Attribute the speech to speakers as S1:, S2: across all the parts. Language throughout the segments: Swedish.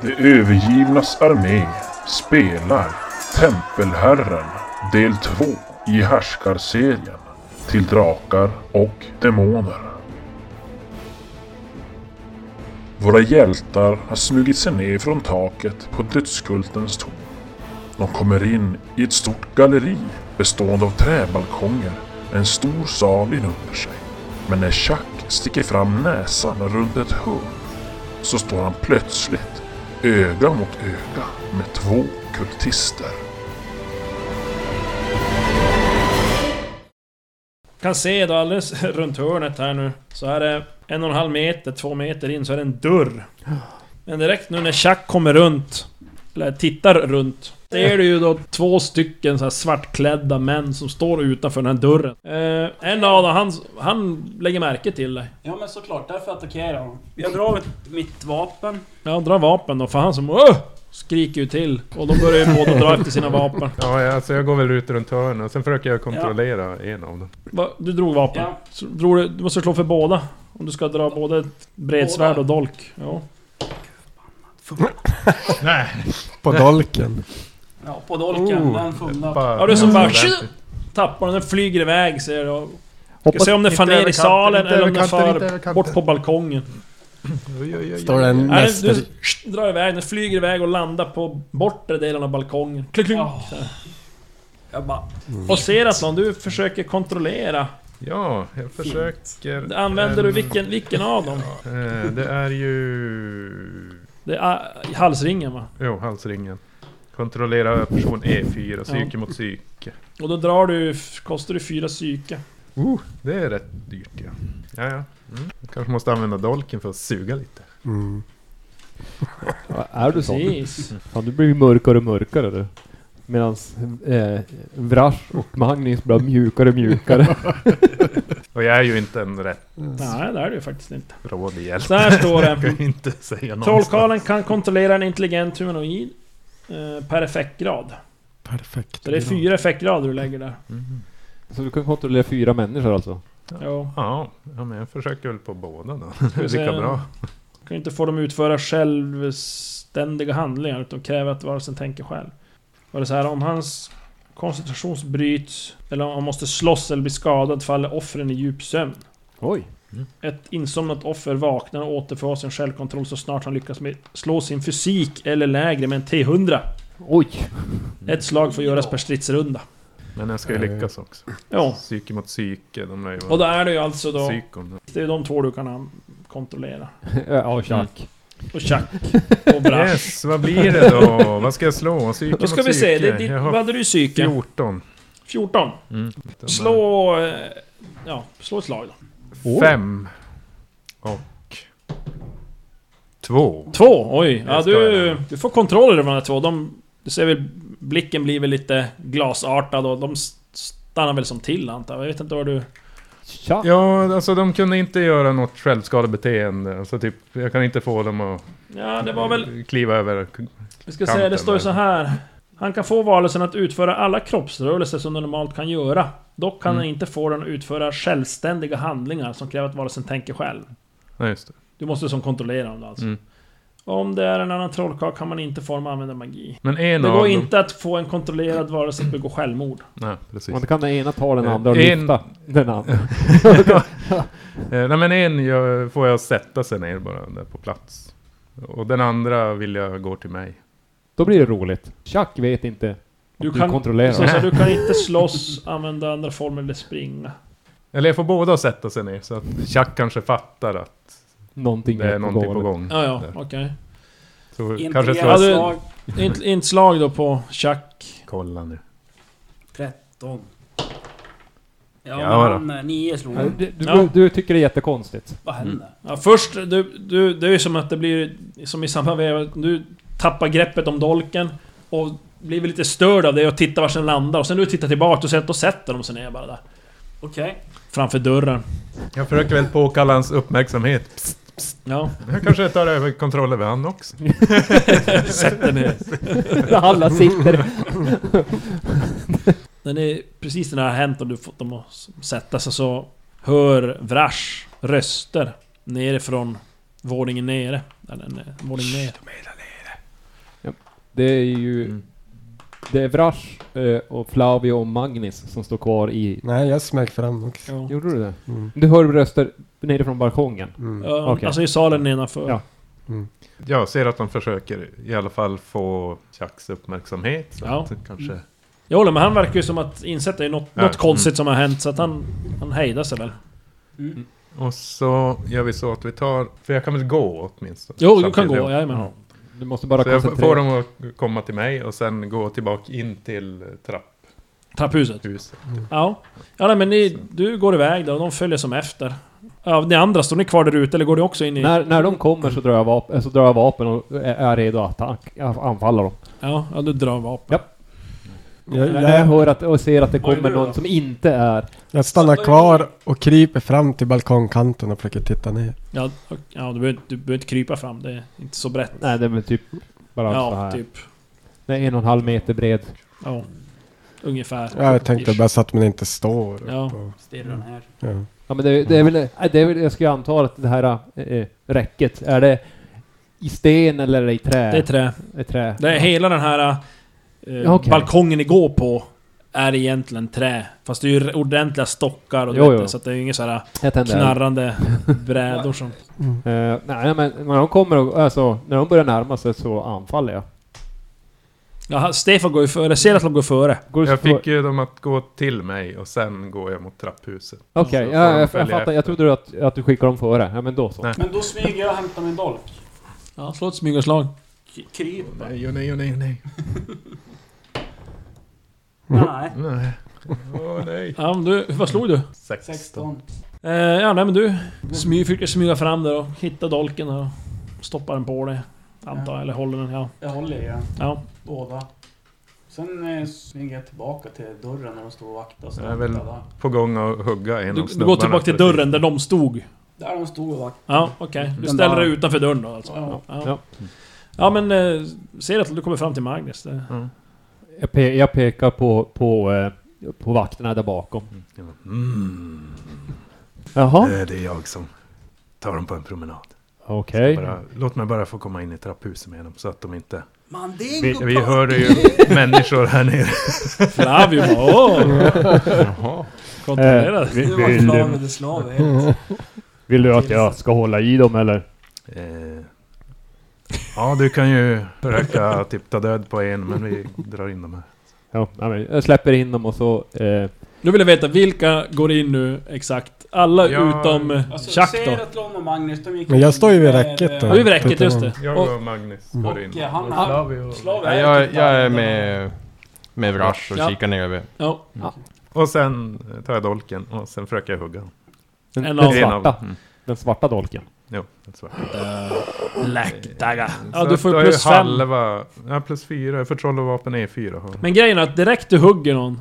S1: Det övergivnas armé spelar Tempelherren del 2 i härskarserien till drakar och demoner. Våra hjältar har smugit sig ner från taket på dödskultens torn. De kommer in i ett stort galleri bestående av träbalkonger med en stor sal inunder sig. Men när Chuck sticker fram näsan runt ett hörn så står han plötsligt öga mot öga med två kultister.
S2: Kan se då alldeles runt hörnet här nu så är det en och en halv meter, två meter in så är det en dörr. Men direkt nu när Chuck kommer runt, eller tittar runt, ser du ju då två stycken så här svartklädda män som står utanför den här dörren. Eh, en av dem, han, han lägger märke till dig.
S3: Ja men såklart, därför attackerar jag honom. Jag drar ett- mitt vapen.
S2: Ja, dra vapen då, för han som Åh! skriker ju till. Och då börjar ju båda dra efter sina vapen.
S4: Ja, jag- alltså jag går väl ut runt hörnet och sen försöker jag kontrollera en av dem.
S2: Va, du drog vapen?
S3: Ja.
S2: Så drog du, du måste slå för båda. Om du ska dra både ett bredsvärd och dolk. Ja.
S5: På dolken.
S3: Ja, på dolken.
S4: Oh,
S3: den fumlar.
S4: Bara-
S2: Ja, du som bara
S4: Ordentligt.
S2: tappar den, den flyger iväg ser du. Och Ska
S5: Hoppas-
S2: se om den far
S4: Inte
S2: ner
S4: över
S2: i
S4: kanten,
S2: salen
S4: inte
S2: eller om
S4: över
S2: den
S4: kanten, inte
S2: far
S4: över kanten.
S2: bort på balkongen.
S4: Oj, oj, oj,
S5: Står det en
S2: Nej,
S5: mäster...
S2: den, du sh- drar iväg, den flyger iväg och landar på bortre delen av balkongen. Klick, klick,
S3: Ja.
S2: så här.
S3: Jag bara...
S2: Och ser att någon du försöker kontrollera.
S4: Ja, jag försöker...
S2: Använder du
S4: Ehm,
S2: vilken, vilken av dem?
S4: eh, Det är ju...
S2: Det är äh, halsringen va?
S4: Jo, halsringen. Kontrollera person E4, psyke mot psyke.
S2: Och då drar du, f- kostar du fyra psyke.
S4: Oh, det är rätt dyrt ja. Ja, ja. Mm. Jag kanske måste använda dolken för att suga lite.
S5: Mm.
S6: Ja, Är du sån?
S2: Precis.
S6: Fan, du blir mörkare och mörkare du. Medan eh, Vrash och Magnus blir mjukare och mjukare.
S4: Och jag är ju inte en rätt
S2: Nej, det är det ju faktiskt inte.
S4: rådig hjälp.
S2: Så här står det.
S4: Jag kan ju inte säga någonstans.
S2: Trollkarlen kan kontrollera en intelligent humanoid eh, per effektgrad.
S5: Perfekt.
S2: Så det är fyra effektgrader du lägger där.
S4: Mm.
S6: Så du kan kontrollera fyra människor alltså?
S2: Ja.
S4: Ja, ja, men jag försöker väl på båda då.
S2: vi se.
S4: Lika bra.
S2: Kan ju inte få dem utföra självständiga handlingar utan kräver att varelsen tänker själv. Var det så här om hans koncentration bryts eller om han måste slåss eller bli skadad faller offren i djup sömn.
S6: Oj!
S2: Ett insomnat offer vaknar och återfår sin självkontroll så snart han lyckas med slå sin fysik eller lägre med en T100.
S6: Oj!
S2: Ett slag får göras per stridsrunda.
S4: Men jag ska ju lyckas också.
S2: Ja.
S4: Psyke mot psyke, de är ju...
S2: Och då är det ju alltså då...
S4: Psykon.
S2: Det är de två du kan an- kontrollera.
S6: ja, tjack.
S2: Och tjack och brash.
S4: Yes, vad blir det då? vad ska jag slå? Psyke
S2: Då ska
S4: mot
S2: vi se,
S4: psyke.
S2: det, det,
S4: Jag
S2: vad
S4: har
S2: hade du i psyke?
S4: 14.
S2: 14.
S4: Mm. Den
S2: Slå... eh, Ja, slå ett slag då.
S4: är Fem. Och... Två.
S2: Två, oj. Ja,
S4: Jag ska
S2: du,
S4: göra.
S2: du får kontroll över de här två. De, du ser väl, blicken blir väl lite glasartad och de s- stannar väl som till antar jag. Jag vet inte vad du...
S6: Tjack!
S4: Ja, alltså de kunde inte göra något självskadebeteende. Alltså typ, jag kan inte få dem att
S2: Ja, det var väl...
S4: kliva över...
S2: Vi ska säga, det
S4: Kanten
S2: står ju
S4: där.
S2: så här. Han kan få varelsen att utföra alla kroppsrörelser som den normalt kan göra. Dock kan
S4: Mm.
S2: han inte få den att utföra självständiga handlingar som kräver att varelsen tänker själv.
S4: Nej, just det.
S2: Du måste som kontrollera dem då alltså.
S4: Mm.
S2: Om det är en annan trollkarl kan man inte få dem att använda magi.
S4: Men en
S2: Det
S4: av
S2: går
S4: dem...
S2: inte att få en kontrollerad varelse att begå självmord.
S4: Nej, precis.
S6: Man kan den ena ta den
S4: Eh,
S6: andra och
S4: en-
S6: lyfta den andra.
S4: Eh, nej men en gör, får jag sätta sig ner bara där på plats. Och den andra vill jag gå till mig.
S6: Då blir det roligt. Tjack vet inte om
S2: Du
S6: du,
S2: kan-
S6: kontrollerar.
S2: Så, så du kan inte slåss, använda andra former eller springa.
S4: Eller jag får båda att sätta sig ner så att Chuck kanske fattar att
S6: någonting
S4: det är någonting på
S6: galet.
S4: gång.
S2: Ja, Alltså- ja,
S4: Där.
S2: okej.
S4: Så kanske
S3: Intelligent
S4: slå...
S2: Ja, du-
S3: slag.
S2: Int- Inslag då på Chuck.
S4: Kolla nu.
S3: 13. Ja,
S4: Ja,
S3: men
S4: då.
S3: han... eh, Nio slog
S6: Ja, Mm.
S3: han.
S6: Du, du,
S2: Ja.
S6: du tycker det är jättekonstigt.
S3: Vad hände?
S2: Ja, först, du, du, det är ju som att det blir som i samma veva, du tappar greppet om dolken och blir väl lite störd av det och tittar vart den landar. Och sen när du tittar tillbaka och ser att då sätter de sig ner bara där.
S3: Okej.
S2: Framför dörren.
S4: Jag försöker väl påkalla hans uppmärksamhet. Psst,
S2: Ja,
S4: jag kanske tar över kontroll över han också.
S2: sätter ner.
S6: Alla sitter...
S2: Den är precis när det har hänt och du fått dem att s- sätta sig så hör Vrash röster nerifrån våningen nere. Eller ne- våningen ner.
S6: Det är ju...
S4: Mm.
S6: Det är Vrash eh, och Flavio och Magnus som står kvar i...
S5: Nej, jag smög fram också.
S2: Ja.
S6: Gjorde du det?
S5: Mm.
S6: Du hör röster nere från balkongen.
S5: Mm.
S2: Ja,
S6: Okej.
S2: Alltså i salen nedanför.
S6: Ja.
S5: Mm.
S4: Jag ser att de försöker i alla fall få Chucks uppmärksamhet. Så
S2: Ja.
S4: att det kanske...
S2: Jag håller med, han verkar ju som att insett är ju något,
S4: Ja.
S2: något konstigt som har hänt så att han, han hejdar sig väl.
S4: Och så gör vi så att vi tar... För jag kan väl gå åtminstone?
S2: Jo, du kan
S4: Samtidigt.
S2: gå, jajamän.
S6: Du måste bara
S4: Så jag
S6: koncentrera
S4: får dem att komma till mig och sen gå tillbaka in till trapphuset.
S2: Trapphuset. Ja. ja nej, men ni, du går iväg där och de följer som efter. Ja, ni andra, står ni kvar där ute eller går ni också in i...
S6: När, när de kommer så drar jag vapen, så drar jag vapen och är- är redo att attack, anfalla dem.
S2: Ja, ja, du drar vapen.
S6: Ja.
S5: Jag,
S6: När jag
S5: jag,
S6: hör att, och ser att det
S3: Vad
S6: kommer
S3: gör du då?
S6: någon som inte är...
S5: jag stannar kvar och kryper fram till balkongkanten och försöker titta ner.
S2: Ja, och- ja du, behöver, du behöver inte krypa fram, det är inte så brett.
S6: Nej, det är väl typ bara så
S2: ja,
S6: här.
S2: typ.
S6: Den är en och en halv meter bred.
S2: Ja. Ungefär.
S5: Ja, jag tänkte bara så att man inte står upp.
S2: Ja.
S5: Och,
S3: Stirrar den här.
S5: ja.
S6: Ja, men det, det, är väl, nej, det är väl... Jag skulle anta att det här äh, räcket, är det i sten eller är det i trä?
S2: Det är trä.
S6: Det är trä.
S2: Det är hela den här... Eh,
S6: Ja, okej.
S2: Balkongen ni går på är egentligen trä. Fast det är ju ordentliga stockar och du
S6: Jo,
S2: vet
S6: jo.
S2: det, så att det är ju inga så här eh,
S6: Jag tänder eld.
S2: knarrande brädor som...
S6: Eh, nej, men när de kommer och, alltså, när de börjar närma sig så anfaller jag.
S2: Ja, Stefan går ju före, ser att de går före.
S6: Går
S4: Jag fick ju dem att gå till mig och sen går jag mot trapphuset.
S6: Okej,
S4: Så får
S6: ja,
S4: de
S6: jag, jag
S4: följa
S6: fattar. Jag
S4: efter.
S6: trodde att, att du skickade dem före. Ja, men då så.
S4: Nej.
S3: Men då smyger jag och hämtar min dolk.
S2: Ja, slå ett smygaslag.
S3: K- Kryper.
S4: Nej, och nej, och nej, och nej.
S5: Mm.
S3: Nej.
S4: Nej. Åh nej.
S2: Ja, men du, vad slog du?
S4: 16.
S3: 16.
S2: Eh, ja, nej men du smy, försöker smyga fram där och hitta dolken och stoppa den på dig. Antar jag, eller håller den, ja.
S3: Jag håller i den.
S2: ja.
S3: Båda. Sen eh, smyger jag tillbaka till dörren när de står och vaktar. Så
S4: Jag är väl-
S3: vaktar där.
S4: På gång att hugga en
S2: Du,
S4: av
S2: du går
S4: snubbarna
S2: tillbaka till
S4: precis.
S2: dörren där de stod.
S3: Där de stod och vaktade.
S2: Ja, okej. Du
S3: Den
S2: ställer
S3: där.
S2: dig utanför dörren då alltså?
S3: Ja.
S2: Ja, ja men eh, ser att du kommer fram till Magnus. Det.
S6: Jag, pe jag pekar på, på, eh, på vakterna där bakom.
S4: Mm.
S6: Jaha,
S4: Det är jag som tar dem på en promenad.
S6: okej.
S4: Bara, låt mig bara få komma in i trapphuset med dem så att de inte... Vi,
S3: Mandingo!
S4: vi hör ju människor här nere.
S2: Flavio bara åh!
S4: Jaha.
S6: Eh.
S2: Kontrollerad.
S3: Du var slav eller slav helt.
S6: Vill du
S3: att jag
S6: ska hålla i dem eller?
S4: Eh, ja, du kan ju försöka typ ta död på en, men vi drar in dem här.
S6: Ja, nej, men jag släpper in dem och så... Eh,
S2: Nu vill jag veta, vilka går in nu exakt? Alla
S4: Ja,
S2: utom eh,
S3: Alltså,
S2: Chuck
S3: ser
S2: då?
S3: att Lon och Magnus, de gick
S5: Men jag står ju vid
S3: in med, eh,
S5: räcket
S2: Ja,
S5: då.
S2: du är vid räcket, just det.
S4: Jag
S2: Och,
S4: och Magnus går in.
S3: Och han-
S4: Och Flavio.
S3: Slav
S7: Ja,
S3: är
S7: jag,
S3: typ
S7: jag är
S3: där.
S7: med, med Vrash och
S2: Ja.
S7: kikar ner över.
S2: ja,
S4: Och sen tar jag dolken och sen försöker jag hugga honom.
S6: den,
S2: En
S6: den
S2: av-
S6: svarta.
S4: Mm.
S6: Den svarta dolken.
S4: Jo, det svarta.
S2: Läktaga. Ja,
S4: Så
S2: du får
S4: då
S2: ju
S4: är
S2: plus fem.
S4: halva, Ja, plus fyra. Jag får trolla vapen E4. har jag.
S2: Men grejen är att direkt du hugger någon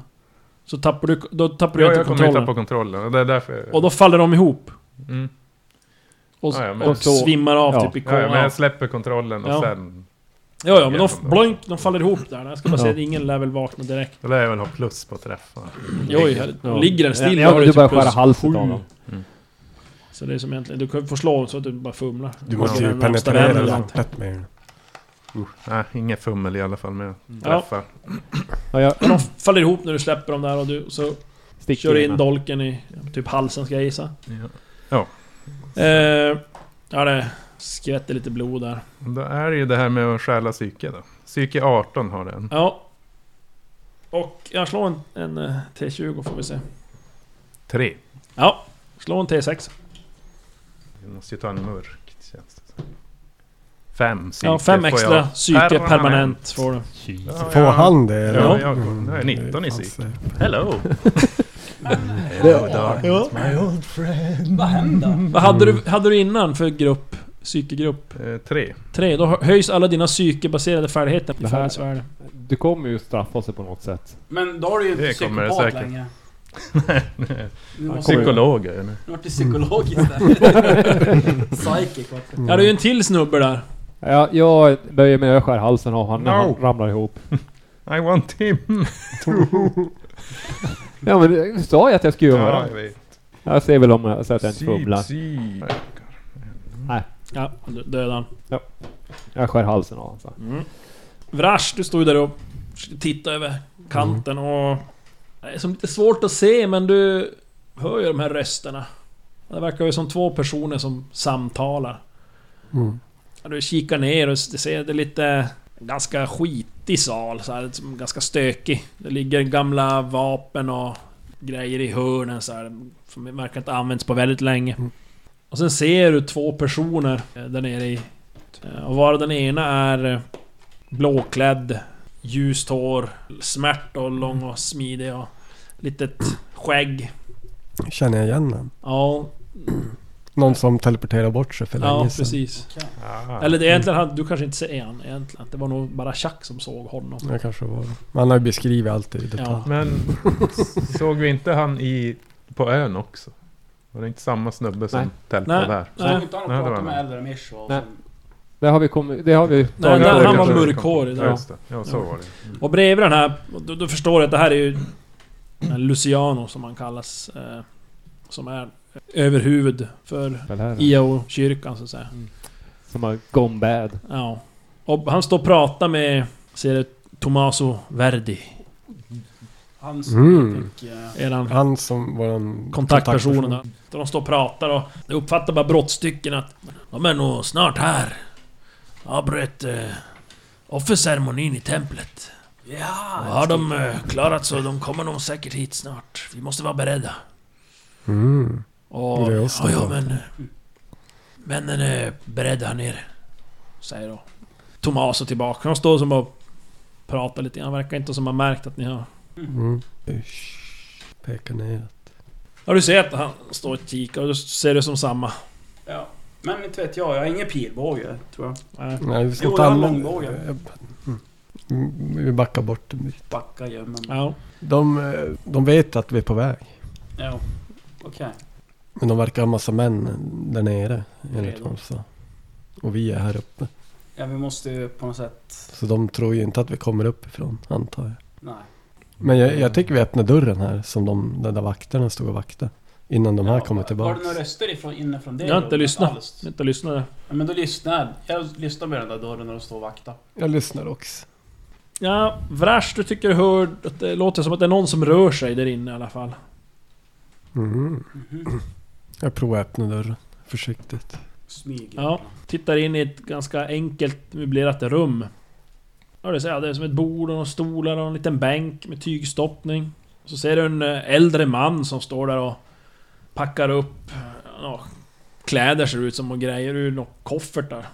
S2: så tappar du, då tappar du
S4: Ja,
S2: inte
S4: jag kommer ju
S2: kontrollen.
S4: tappa kontrollen. och Det är därför jag...
S2: Och då faller de ihop.
S4: Mm.
S2: Och,
S4: Ja, ja, men-
S2: och
S6: så-
S2: svimmar av
S6: ja.
S2: typ i
S4: Ja, ja, men
S2: ja,
S4: jag släpper kontrollen och
S2: Ja.
S4: sen...
S2: ja, ja, men de,
S4: Igenom dem.
S2: bloink, de faller ihop där. Jag ska bara
S6: Ja.
S2: säga att ingen lär väl vakna direkt.
S4: Då lär jag väl ha plus på träffar.
S2: Oj, här-
S6: Ja.
S2: ligger den still
S6: Ja,
S2: har
S6: du
S2: typ
S6: börjar
S2: plus
S6: skära halsen
S2: sju.
S6: av dem.
S2: Så det är som egentligen... Du kan få slå så att du bara fumlar.
S5: Du måste ju
S2: Den närmsta vännen
S5: penetrera
S2: eller något.
S5: hjärtat med den.
S4: Nej, inget fummel i alla fall med
S2: Ja.
S4: träffar.
S6: Ja, jag
S2: Men de faller ihop när du släpper dem där och du så
S6: sticker
S2: kör du in
S6: den.
S2: dolken i typ halsen ska jag gissa.
S4: Ja.
S2: Eh, ja, det skvätter lite blod där.
S4: Då är det ju det här med att stjäla psyke då. Psyke 18 har den.
S2: Ja. Och jag slår en, en eh, T20 får vi se.
S4: Tre.
S2: Ja, slå en T6.
S4: Vi måste ju ta en mörk känns det som. Fem psyke
S2: Ja, fem
S4: får jag
S2: extra psyke permanent får du.
S4: Ja,
S5: Får
S4: ja.
S5: han det? eller?
S4: Ja, jag
S5: Mm.
S4: nu är jag 19 i psyk.
S5: Alltså,
S4: Hello! Hello darkness my old friend.
S3: Vad händer?
S2: Vad hade du, hade du innan för grupp? Psykegrupp
S4: Eh, tre.
S2: 3? Då hö- höjs alla dina psykebaserade färdigheter
S6: Det
S2: till
S6: här-
S2: färdighetsvärde.
S6: Du kommer ju straffa sig på något sätt.
S3: Men då har du ju inte
S4: Det kommer det
S3: psykopat
S4: säkert.
S3: längre. Du måste-
S4: Psykolog är det.
S3: Nu vart det psykolog istället. Psychic vart det.
S2: Ja, det är ju en till snubbe där.
S6: Ja, jag böjer mig och jag skär halsen av honom när
S4: No.
S6: han ramlar ihop.
S4: I want him!
S6: Ja men det sa jag att jag skulle göra.
S4: jag vet.
S6: Jag ser väl om jag, så att jag inte
S4: Psyk,
S6: fumlar.
S4: psyk.
S2: Ja, döda han.
S6: Jag skär halsen av honom. så.
S2: Vrash, du står ju där och tittar över kanten och... Det är som lite svårt att se men du hör ju de här rösterna. Det verkar ju som två personer som samtalar.
S5: Mm.
S2: Ja, Du kikar ner och du ser det är lite... Ganska skitig sal, så här, som ganska stökig. Det ligger gamla vapen och grejer i hörnen så här, Som verkar inte använts på väldigt länge.
S5: Mm.
S2: Och sen ser du två personer eh, där nere i... eh, Och var den ena är eh, blåklädd, ljust hår, smärt och lång och smidig och litet skägg.
S5: Känner jag igen den?
S2: Ja,
S5: Någon som teleporterade bort sig för
S2: ja
S5: länge sedan.
S2: precis. Eller det är egentligen, han- du kanske inte ser han egentligen. Det var nog bara Chuck som såg honom.
S5: Ja, kanske var det. Man har ju beskrivit allt i detalj.
S2: Ja.
S4: Men såg vi inte han i, på ön också? Var det inte samma snubbe som
S6: Nej.
S4: tältade
S2: Nej.
S4: där?
S3: Så han
S2: Nej.
S3: inte han
S4: Nej, det var
S3: prata med
S4: han.
S3: Eldar Mish och...
S6: Nej.
S3: sen-
S6: Det har vi kommit... Det har vi tagit
S2: Nej, där,
S6: på
S2: han
S6: det.
S2: var mörkhårig.
S4: Ja,
S2: Där.
S4: just det. Ja, så var det.
S2: Och bredvid den här, du, du förstår att det här är ju den här Luciano som han kallas. Eh, som är överhuvud för
S6: Väl här,
S2: IO-kyrkan så att säga.
S6: Som har gone bad.
S2: Ja. Och han står och pratar med, ser det, Tommaso Verdi.
S3: Han
S5: Mm.
S3: som fick... eh,
S2: Eran
S5: Han som var en
S2: kontaktpersonen. då. Där de står och pratar och jag uppfattar bara brottstycken att de är nog snart här. Avbröt eh, offerceremonin i templet. Ja, och har de eh, klarat så de kommer nog säkert hit snart. Vi måste vara beredda.
S5: Mm.
S2: Och,
S5: Det är
S2: ja,
S5: oss
S2: ja
S5: då.
S2: men... Männen är beredda här nere. Säger då Tomas och tillbaka. Han står som bara pratar lite Han verkar inte som har märkt att ni har...
S5: Mm. Usch. Pekar ner.
S2: Ja du ser att han står och kikar och du ser det som samma.
S3: Ja. Men inte vet jag, jag har ingen pilbåge tror jag.
S2: Nej.
S5: Nej, vi
S3: Jo,
S5: ska ta
S3: jag har
S5: annan-
S3: långbågen.
S5: Mm. Mm, Vi backar bort en bit.
S3: Backa, gömma mig.
S2: Ja.
S5: De, eh, de vet att vi är på väg.
S3: Ja. Okej.
S5: Men de verkar ha massa män där nere enligt
S3: Redo.
S5: vad de sa. Och vi är här uppe.
S3: Ja, vi måste ju på något sätt...
S5: Så de tror ju inte att vi kommer uppifrån antar jag.
S3: Nej.
S5: Men jag, jag tycker vi öppnar dörren här som de de där vakterna stod och vaktade. Innan de här
S3: Ja,
S5: kommer
S3: Var
S5: tillbaka.
S3: det några röster ifrån, inifrån det?
S2: Jag har inte
S3: då?
S2: lyssnat.
S3: Alls.
S2: Inte lyssnade.
S3: Ja, men då lyssnar jag. Jag lyssnar med den där dörren när de står och vaktar.
S5: Jag lyssnar också.
S2: Ja, Vrash, du tycker du hör att det låter som att det är någon som rör sig där inne i alla fall.
S5: Mm.
S3: Mhm.
S5: Jag provar att öppna dörren. Försiktigt.
S3: Smyger.
S2: Ja. Tittar in i ett ganska enkelt möblerat rum. Ja, det, är så här, det är som ett bord och några stolar och en liten bänk med tygstoppning. Så ser du en eh, äldre man som står där och packar upp eh, ja, kläder ser det ut som och grejer ur några koffertar.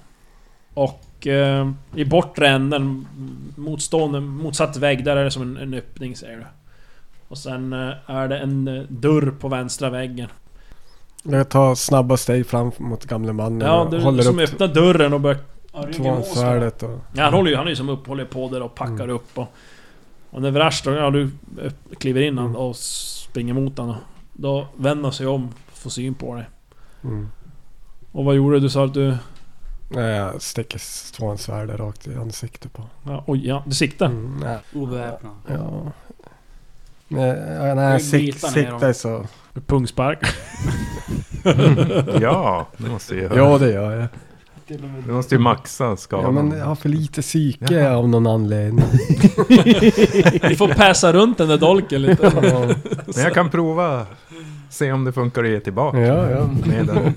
S2: Och eh, i bortre änden, motstående, motsatt vägg, där är det som en, en öppning ser du. Och sen eh, är det en eh, dörr på vänstra väggen.
S5: Jag tar snabba steg fram mot gamle mannen.
S2: Ja,
S5: och
S2: du
S5: håller
S2: som
S5: upp
S2: öppnar dörren och börjar
S3: Ja, ryggen mot varandra.
S5: tvåansvärdet och...
S2: Ja, han håller ju, han är ju som upp, håller på där och packar upp och... Och när Vrash då, ja du eh, kliver in han och springer mot honom. Då vänder han sig om, får syn på dig.
S5: Mm.
S2: Och vad gjorde du? Du sa att du...
S5: Nej, Jag Eh, sticker tvåansvärdet rakt i ansiktet på
S2: Ja, oj, ja, du siktar.
S5: mm, Nej,
S3: Obeväpnad.
S5: ja... Nej, nej, Eh, jag sik,
S3: Glitar ner dem.
S5: siktar så...
S2: Pungspark.
S4: Ja, det måste jag göra.
S5: Ja, det gör jag.
S3: Till och med
S4: Du måste ju maxa
S5: Ja,
S4: skadan.
S5: men jag har för lite psyke av någon anledning.
S2: Du får passa runt den där dolken lite.
S5: Ja,
S4: Men jag kan prova. Se om det funkar att ge tillbaka.
S5: ja. ja.
S4: Med den.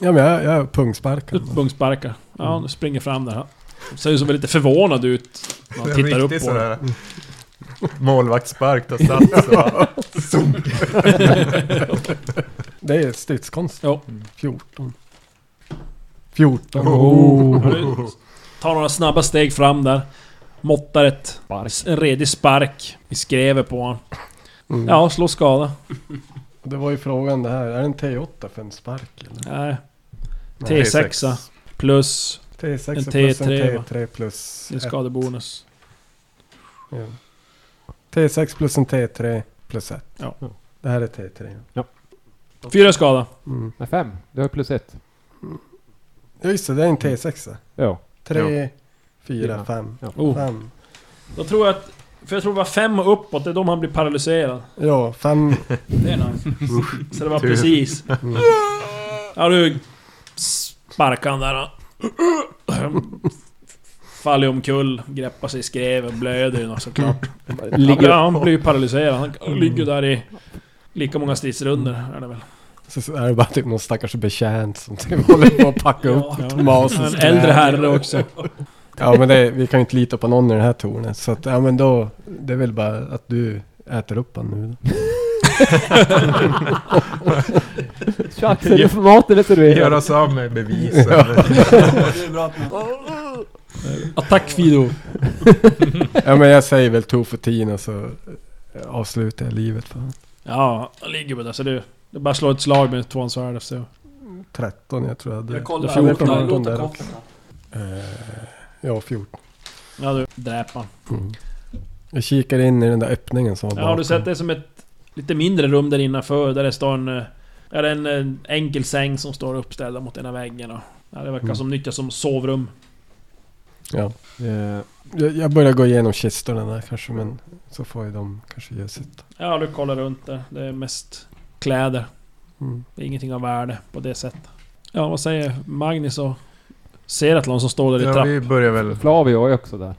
S5: ja men jag, jag
S2: Du
S5: pungsparkar.
S2: pungsparkar. Ja, du springer fram där. Han ser ju som lite förvånad ut. när Han tittar upp på dig.
S4: sådär Målvaktsspark, då satt så.
S5: Det är stridskonst.
S2: Ja.
S5: 14. 14. Oh.
S2: Ja, du Tar några snabba steg fram där. Måttar ett... En redig spark i skrevet på honom.
S5: Mm.
S2: Ja, slå skada.
S5: Det var ju frågan det här. Är det en T8 för en spark eller?
S2: Nej.
S5: Nej.
S2: T6 plus
S5: T6
S2: En
S5: plus en
S2: T3, va?
S5: T3 plus...
S2: din
S5: ett.
S2: skadebonus.
S5: Ja. T6 plus en T3 plus 1.
S2: Ja.
S5: Det här är T3.
S2: Fyra skada.
S5: Mm.
S6: Nej, fem. Du har plus ett.
S5: Ja just det, det är en T6.
S6: Ja.
S5: 3, 4,
S6: Fyra.
S5: 5.
S2: Oh.
S5: 5.
S2: Då tror jag att... För jag tror det var fem och uppåt, det är då han blir paralyserad.
S5: Ja, 5.
S3: Det är nice.
S2: Så det var precis.
S5: Mm.
S2: Ja du... Sparkar han där. faller omkull, greppar sig i skreven, blöder ju nog såklart. Han blir-
S6: Ligger,
S2: Han blir ju paralyserad. Han ligger där i lika många stridsrundor är det väl.
S5: Så så är det bara typ någon stackars betjänt som typ håller på att packa upp
S2: Ja.
S5: Tomasens
S2: En äldre
S5: kläder.
S2: herre också.
S5: Ja men det, vi kan ju inte lita på någon i det här tornet. Så att, ja men då, det är väl bara att du äter upp han nu då.
S6: tjack, är det för maten är serverad?
S4: Göra sig av med bevisen.
S3: Det är bra att man...
S2: Attack Fido!
S5: Ja men jag säger väl tofutin och så eh, avslutar jag livet för honom.
S2: Ja, han ligger bara där så det... Det är bara att slå ett slag med tvåan svärd efter.
S5: 13 jag tror jag hade.
S3: Jag kollar.
S2: Det är 14
S3: Jag
S5: där
S3: låter
S5: också.
S3: koppen.
S5: Eh, ja 14.
S2: Ja du, dräp han.
S5: Mm. Jag kikar in i den där öppningen som var
S2: Ja, har du sett det som ett lite mindre rum där innanför där det står en... eh, Ja, det är en, en enkel säng som står uppställd mot ena väggen och... Ja, det verkar
S5: Mm.
S2: som nyttjas som sovrum.
S6: Eh,
S5: Jag, jag börjar gå igenom kistorna där kanske men så får ju de kanske göra sitt.
S2: Ja, du kollar runt där. Det är mest kläder.
S5: Mm.
S2: Det är ingenting av värde på det sättet. Ja, vad säger Magnus och Seratlon som står där i
S4: Ja,
S2: trappan?
S4: vi börjar väl...
S6: Flavio är också där.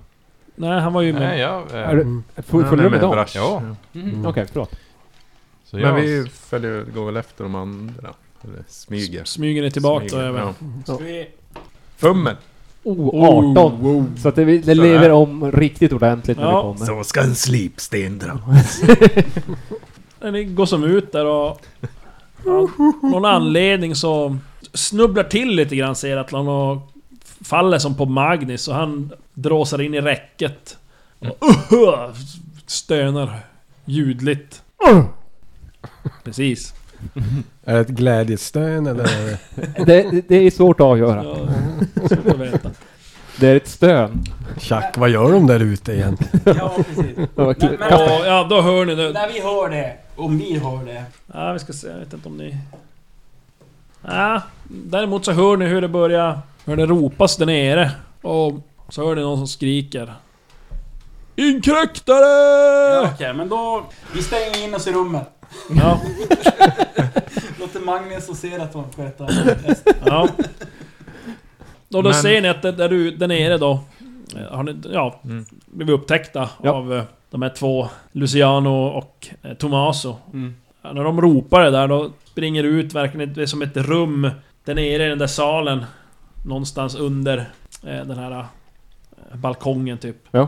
S2: Nej, han var ju med.
S7: Nej, jag... eh,
S6: Är du-
S5: Mm.
S6: Följer du med dem?
S4: Brash.
S7: Ja.
S6: Okej, förlåt.
S7: så
S4: Men
S7: jag,
S4: vi följer, går väl efter de andra. Eller smyger.
S2: Smyger ni tillbaka
S4: Smyger,
S2: och över.
S4: ja.
S3: Ska vi...
S4: Fummel!
S6: Oh, 18! Så att det, det lever om riktigt ordentligt när
S2: Ja.
S6: vi kommer.
S4: ska en slipsten dra.
S2: När Ni går som ut där och... Av någon anledning så snubblar till lite grann Seratlon och faller som på Magnus och han dråsar in i räcket. Och uh, stönar ljudligt. Precis.
S5: Är det ett glädjestön eller? är det-
S6: Det, det är svårt att avgöra.
S2: Ja, svårt att veta.
S6: Det är ett stön.
S5: Tjack vad gör de där ute egentligen?
S3: Ja, precis. Men, men
S2: Och, ja, då hör ni det.
S3: när vi hör det, om vi hör det.
S2: Ja, vi ska se. Jag vet inte om ni... Ja, däremot så hör ni hur det börjar... Hur det ropas där nere. Och så hör ni någon som skriker.
S3: Ja,
S2: Inkräktare!
S3: Okej, men då... Vi stänger in oss i rummet.
S2: Ja,
S3: Låter Magnus och Seraton sköta
S2: ja. Och då
S4: Men-
S2: ser ni att det- där, du, där nere då... eh, Har ni, ja,
S4: Mm.
S2: blivit upptäckta
S6: Ja.
S2: av eh, de här två. Luciano och eh, Tommaso. Ja, när de ropar det där då springer det ut verkligen ett- det är som ett rum där nere i den där salen. Någonstans under eh, den här eh, balkongen typ.
S6: Ja.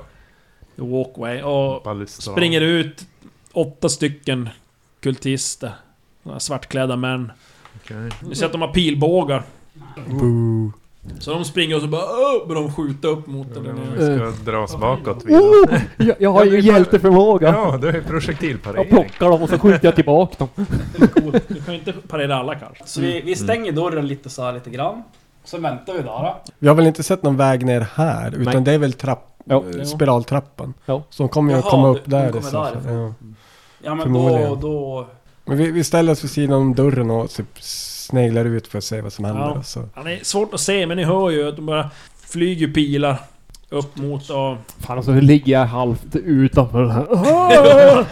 S2: The walkway. Och springer ut åtta stycken kultister. Några Svartklädda män.
S4: Okej.
S2: Ni ser att de har pilbågar. Så de springer och så bara "Åh!" börjar de skjuta upp mot den där
S4: Vi
S2: nere.
S4: ska dra oss bakåt vidare.
S6: Oh, jag, jag har
S4: Ja, det
S6: ju
S4: är bara-
S6: hjälteförmåga!
S4: Ja, du är
S6: Jag
S4: projektilparering.
S6: plockar dem och så skjuter jag tillbaka dem.
S2: Du kan ju inte parera alla kanske.
S3: Så vi, vi stänger dörren lite så här lite grann. Så väntar vi där. Då.
S5: Vi har väl inte sett någon väg ner här utan
S6: Nej.
S5: det är väl trapp,
S6: Ja.
S5: eh, spiraltrappan.
S6: Ja.
S5: Så de kommer ju att
S3: Jaha,
S5: komma upp
S3: de
S5: där. i
S3: kommer
S5: så fall.
S3: därifrån.
S5: Ja.
S3: Ja men då...
S5: Förmodligen.
S3: då
S5: Men vi, vi ställer oss vid sidan om dörren och typ sneglar ut för att se vad som händer.
S2: Ja.
S5: och Så.
S2: Ja, det är svårt att se men ni hör ju att de bara flyger pilar upp mot och...
S6: Fan alltså, nu ligger jag halvt utanför den här.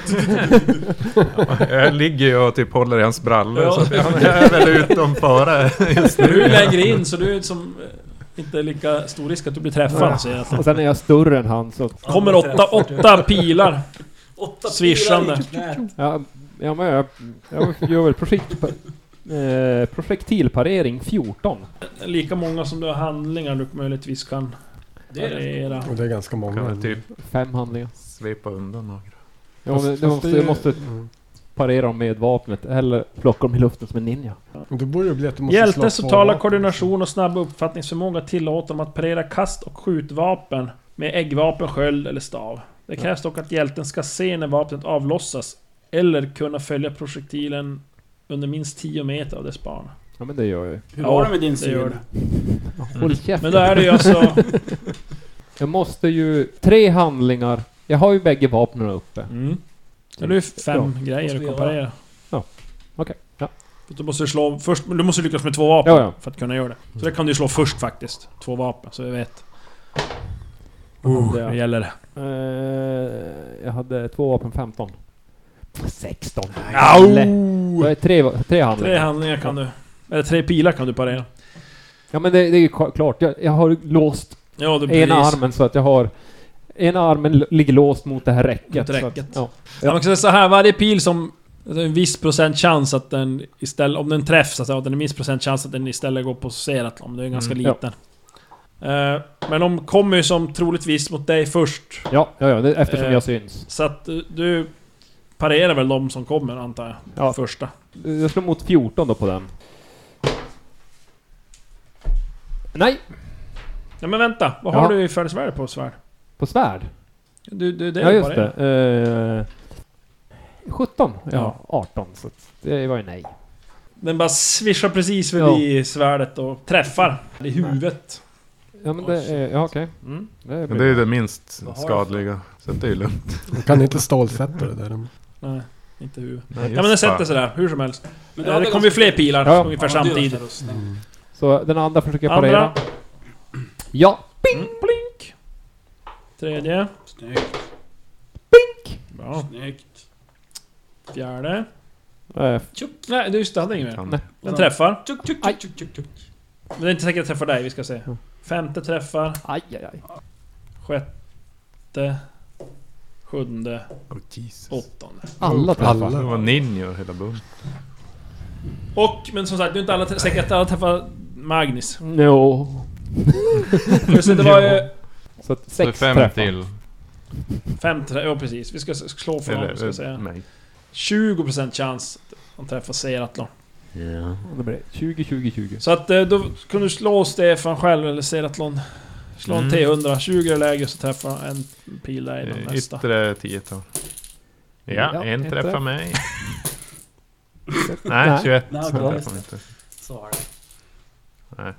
S4: Jag ligger ju och typ håller i hans brallor.
S2: Ja.
S4: Så att han är väl utom fara.
S2: Du är längre in så du är som... eh, Inte lika stor risk att du blir träffad säger jag.
S6: Och sen är jag större än han så...
S2: Kommer åtta, åtta pilar.
S3: åtta
S2: Svischande.
S3: pilar i knät.
S6: Ja, ja men jag, jag gör väl projekt, eh, projektilparering 14.
S2: Lika många som du har handlingar du möjligtvis kan
S3: Det är det.
S2: parera.
S5: Och det är ganska många.
S4: Kan väl typ
S6: Fem handlingar.
S4: svepa undan några.
S6: Ja, men du
S5: fast
S6: måste,
S5: det är ju-
S6: jag måste
S5: Mm.
S6: parera dem med vapnet eller plocka dem i luften som en ninja.
S5: Då borde det bli att du måste slå
S2: Hjältens
S5: två
S2: totala
S5: vapen. liksom.
S2: koordination och snabba uppfattningsförmåga tillåter dem att parera kast och skjutvapen med äggvapen, sköld eller stav. Det krävs dock att hjälten ska se när vapnet avlossas eller kunna följa projektilen under minst 10 meter av dess bana.
S6: Ja men det gör jag ju.
S3: Hur
S2: Ja,
S3: var det med din
S2: det gör
S3: syn?
S2: det.
S6: Håll käften.
S2: Men då är det ju
S6: Mm.
S2: alltså...
S6: Jag måste ju... Tre handlingar. Jag har ju bägge vapnen uppe.
S2: Mm. Så det är ju fem grejer du kan parera.
S6: Ja. Okej, ja.
S2: Du måste du slå först, men du måste lyckas med två vapen
S6: Ja, ja.
S2: för att kunna göra det. Så det kan du slå först faktiskt. Två vapen, så vi vet.
S5: Mm.
S6: Oh,
S2: Det gäller det.
S6: Eh, jag hade två vapen 15. 16.
S2: Au!
S6: Det är tre, va- tre handlingar.
S2: Tre handlingar kan du... Eller tre pilar kan du parera.
S6: Ja men det, det är ju ka- klart. Jag, jag har låst
S2: Ja, det
S6: ena
S2: precis.
S6: armen så att jag har... Ena armen l- ligger låst mot det här räcket.
S2: Mot
S6: så
S2: räcket.
S6: Att, ja.
S2: Ja. Man kan säga så här, varje pil som... Det är en viss procent chans att den istället... Om den träffas, alltså, att det är en viss procent chans att den istället går på Seratlon. Det är ganska
S6: Mm, ja.
S2: liten. Eh, men de kommer ju som troligtvis mot dig först.
S6: Ja, ja, ja det, eftersom
S2: Eh.
S6: jag syns.
S2: Så att du- du parerar väl de som kommer, antar jag.
S6: Ja.
S2: Första.
S6: Jag slår mot 14 då på den. Nej!
S2: Nej men vänta, vad
S6: Ja.
S2: har du i färdighetsvärde på svärd?
S6: På svärd.
S2: Du, du, det är
S6: Ja,
S2: ju
S6: just
S2: bara
S6: det. Eh, 17? Ja,
S2: Ja.
S6: 18. Så att det var ju nej.
S2: Den bara svischar precis förbi svärdet och träffar i huvudet.
S6: Ja, men det är... Ja, okej.
S2: Mm.
S6: Det
S4: Men det är ju det minst
S2: Vad har jag för-
S4: skadliga. Så det är ju lugnt.
S5: Du kan inte stålsätta det där.
S4: Oh,
S2: Nej, inte huvudet.
S4: Nej,
S2: Ja men den sätter sig där, hur som helst.
S3: Men
S2: Eh, det kommer ju fler pilar
S6: Ja.
S2: ungefär samtidigt. Mm.
S6: Så den andra försöker jag
S2: Andra.
S6: parera. Ja!
S2: Mm. Blink! Tredje.
S3: Snyggt,
S2: Bra.
S3: snyggt.
S2: Fjärde.
S6: Eh,
S2: Nej, just det, hade ingen mer.
S4: Kan.
S2: Den träffar.
S3: Tjuk, tjuk,
S6: Aj.
S3: tjuk, tjuk, tjuk, tjuk.
S2: Men det är inte säkert att träffar dig, vi ska se. Femte träffar.
S6: aj, aj, aj.
S2: Sjätte. Sjunde.
S4: Oh, Jesus.
S2: Åttonde.
S6: Alla träffar.
S4: Det
S5: Alla.
S4: var ninjor hela bunten.
S2: Och, men som sagt, det är inte alla, trä- säkert att alla träffar Magnus.
S6: No.
S2: Just det, det var ju...
S6: Så att
S7: Så
S6: sex
S7: fem
S6: träffar.
S7: till.
S2: Fem trä- ja precis. Vi ska s- slå för honom, ska jag
S4: Eller
S2: säga.
S4: eh, mig.
S2: 20% chans att han träffar Seratlon.
S6: Och det blir 20, 20, 20.
S2: Så att eh, då kan du slå Stefan själv, eller Seratlon. Slå en
S4: Mm.
S2: T100, 20 eller lägre så träffar han en pil där innan
S4: Eh,
S2: nästa.
S4: Yttre tiotal. Ja,
S6: Ja,
S4: en
S6: en
S4: träffar
S6: träff.
S4: mig. Nej, 21.
S3: Nej,
S4: Han
S3: okej, just
S4: träffar
S3: det.
S4: inte.
S3: Så var det.
S4: Eh,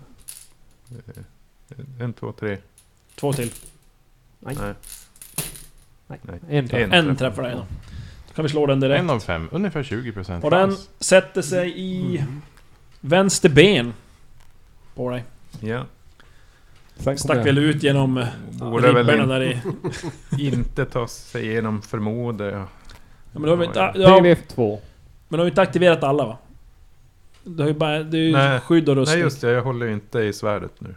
S4: En, två, tre.
S2: Två till.
S6: Nej.
S4: Nej.
S6: En träff.
S4: En.
S2: En träffar dig då. Då kan vi slå den direkt.
S7: En av fem. Ungefär 20 procent.
S2: Och den sätter sig i
S4: Mm.
S2: vänster ben. På dig.
S4: Ja.
S6: Sen kommer
S2: Stack
S6: jag.
S2: väl ut genom eh,
S4: Borde väl
S2: ribborna
S4: in,
S2: där i...
S4: inte ta sig igenom förmodar jag.
S2: Ja, men du har väl inte,
S4: Ja,
S2: ja, men
S6: PVF2.
S2: du har ju inte aktiverat alla va? Du har ju bara... Det är ju
S4: Nej.
S2: skydd och
S4: Nej
S2: rustning.
S4: just det, jag håller ju inte i svärdet nu.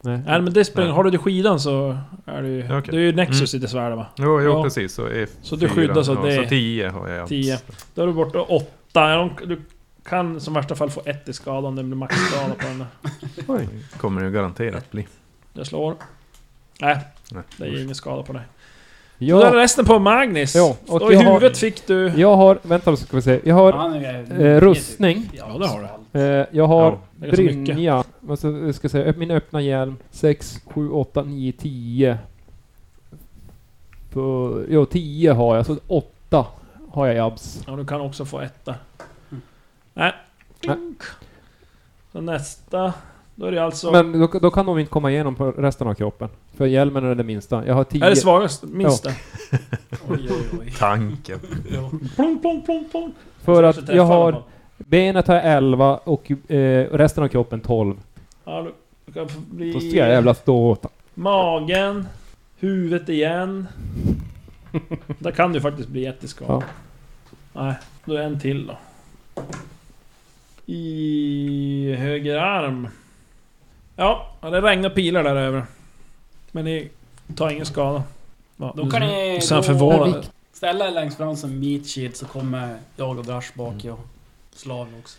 S2: Nej men det spelar ingen
S4: Nej.
S2: Har du det i skidan så är det ju...
S4: Okej. Mm.
S2: Det är ju Nexus i det svärdet va?
S4: Jo, jo
S2: Ja.
S4: precis. Så, F4,
S2: Så du skyddar så
S4: ja,
S2: det-
S4: Så 10 har jag.
S2: Tio. Då är du borta åtta. Ja, de- Du kan som värsta fall få ett i skada om det blir maxskada på den där.
S6: Oj.
S4: Kommer det ju garanterat bli.
S2: Jag slår. Nej,
S4: Nej.
S2: det är ingen skada på dig. Ja. Då är
S6: Ja,
S2: det resten på Magnus.
S6: Ja, och
S2: och, i
S6: jag har-
S2: huvudet fick du...
S6: jag har... Vänta så ska vi se. Jag har
S3: Han är-
S6: eh, rustning.
S2: Ja, det har du.
S6: Eh, jag har
S2: det är ganska
S6: brynja. Vad ska jag ska säga? Öpp- Min öppna hjälm. 6, 7, 8, 9, 10. På, jo, 10 har jag. Så 8 har jag i abs.
S2: Ja, du kan också få ett där.
S3: Mm.
S2: Nej. Klink. Så nästa. Då är det alltså...
S6: Men då, då kan de inte komma igenom på resten av kroppen. För hjälmen är det minsta. Jag har 10.
S2: är det svagast? Minst det.
S3: Oj, oj, oj.
S4: Tanken.
S2: Plong, plong, plong, plong.
S6: För
S2: Så
S6: att
S2: träffar
S6: jag
S2: i alla
S6: har...
S2: fall.
S6: Benet har jag 11 och eh, resten av kroppen 12.
S2: Ja, du- du kan få
S6: Då
S2: bli...
S6: ska jag jävla stå åt.
S2: Magen. Huvudet igen. där kan du faktiskt bli jätteskadad. Nej, då är en till då. I höger arm. Ja, ja, det regnar pilar där över. Men ni tar ingen skada. Ja,
S3: Då kan ni-
S2: Mm. Sen
S3: då-
S2: förvånad.
S3: Ställa er längst fram som meat shield så kommer jag och Brash bak och slaven också.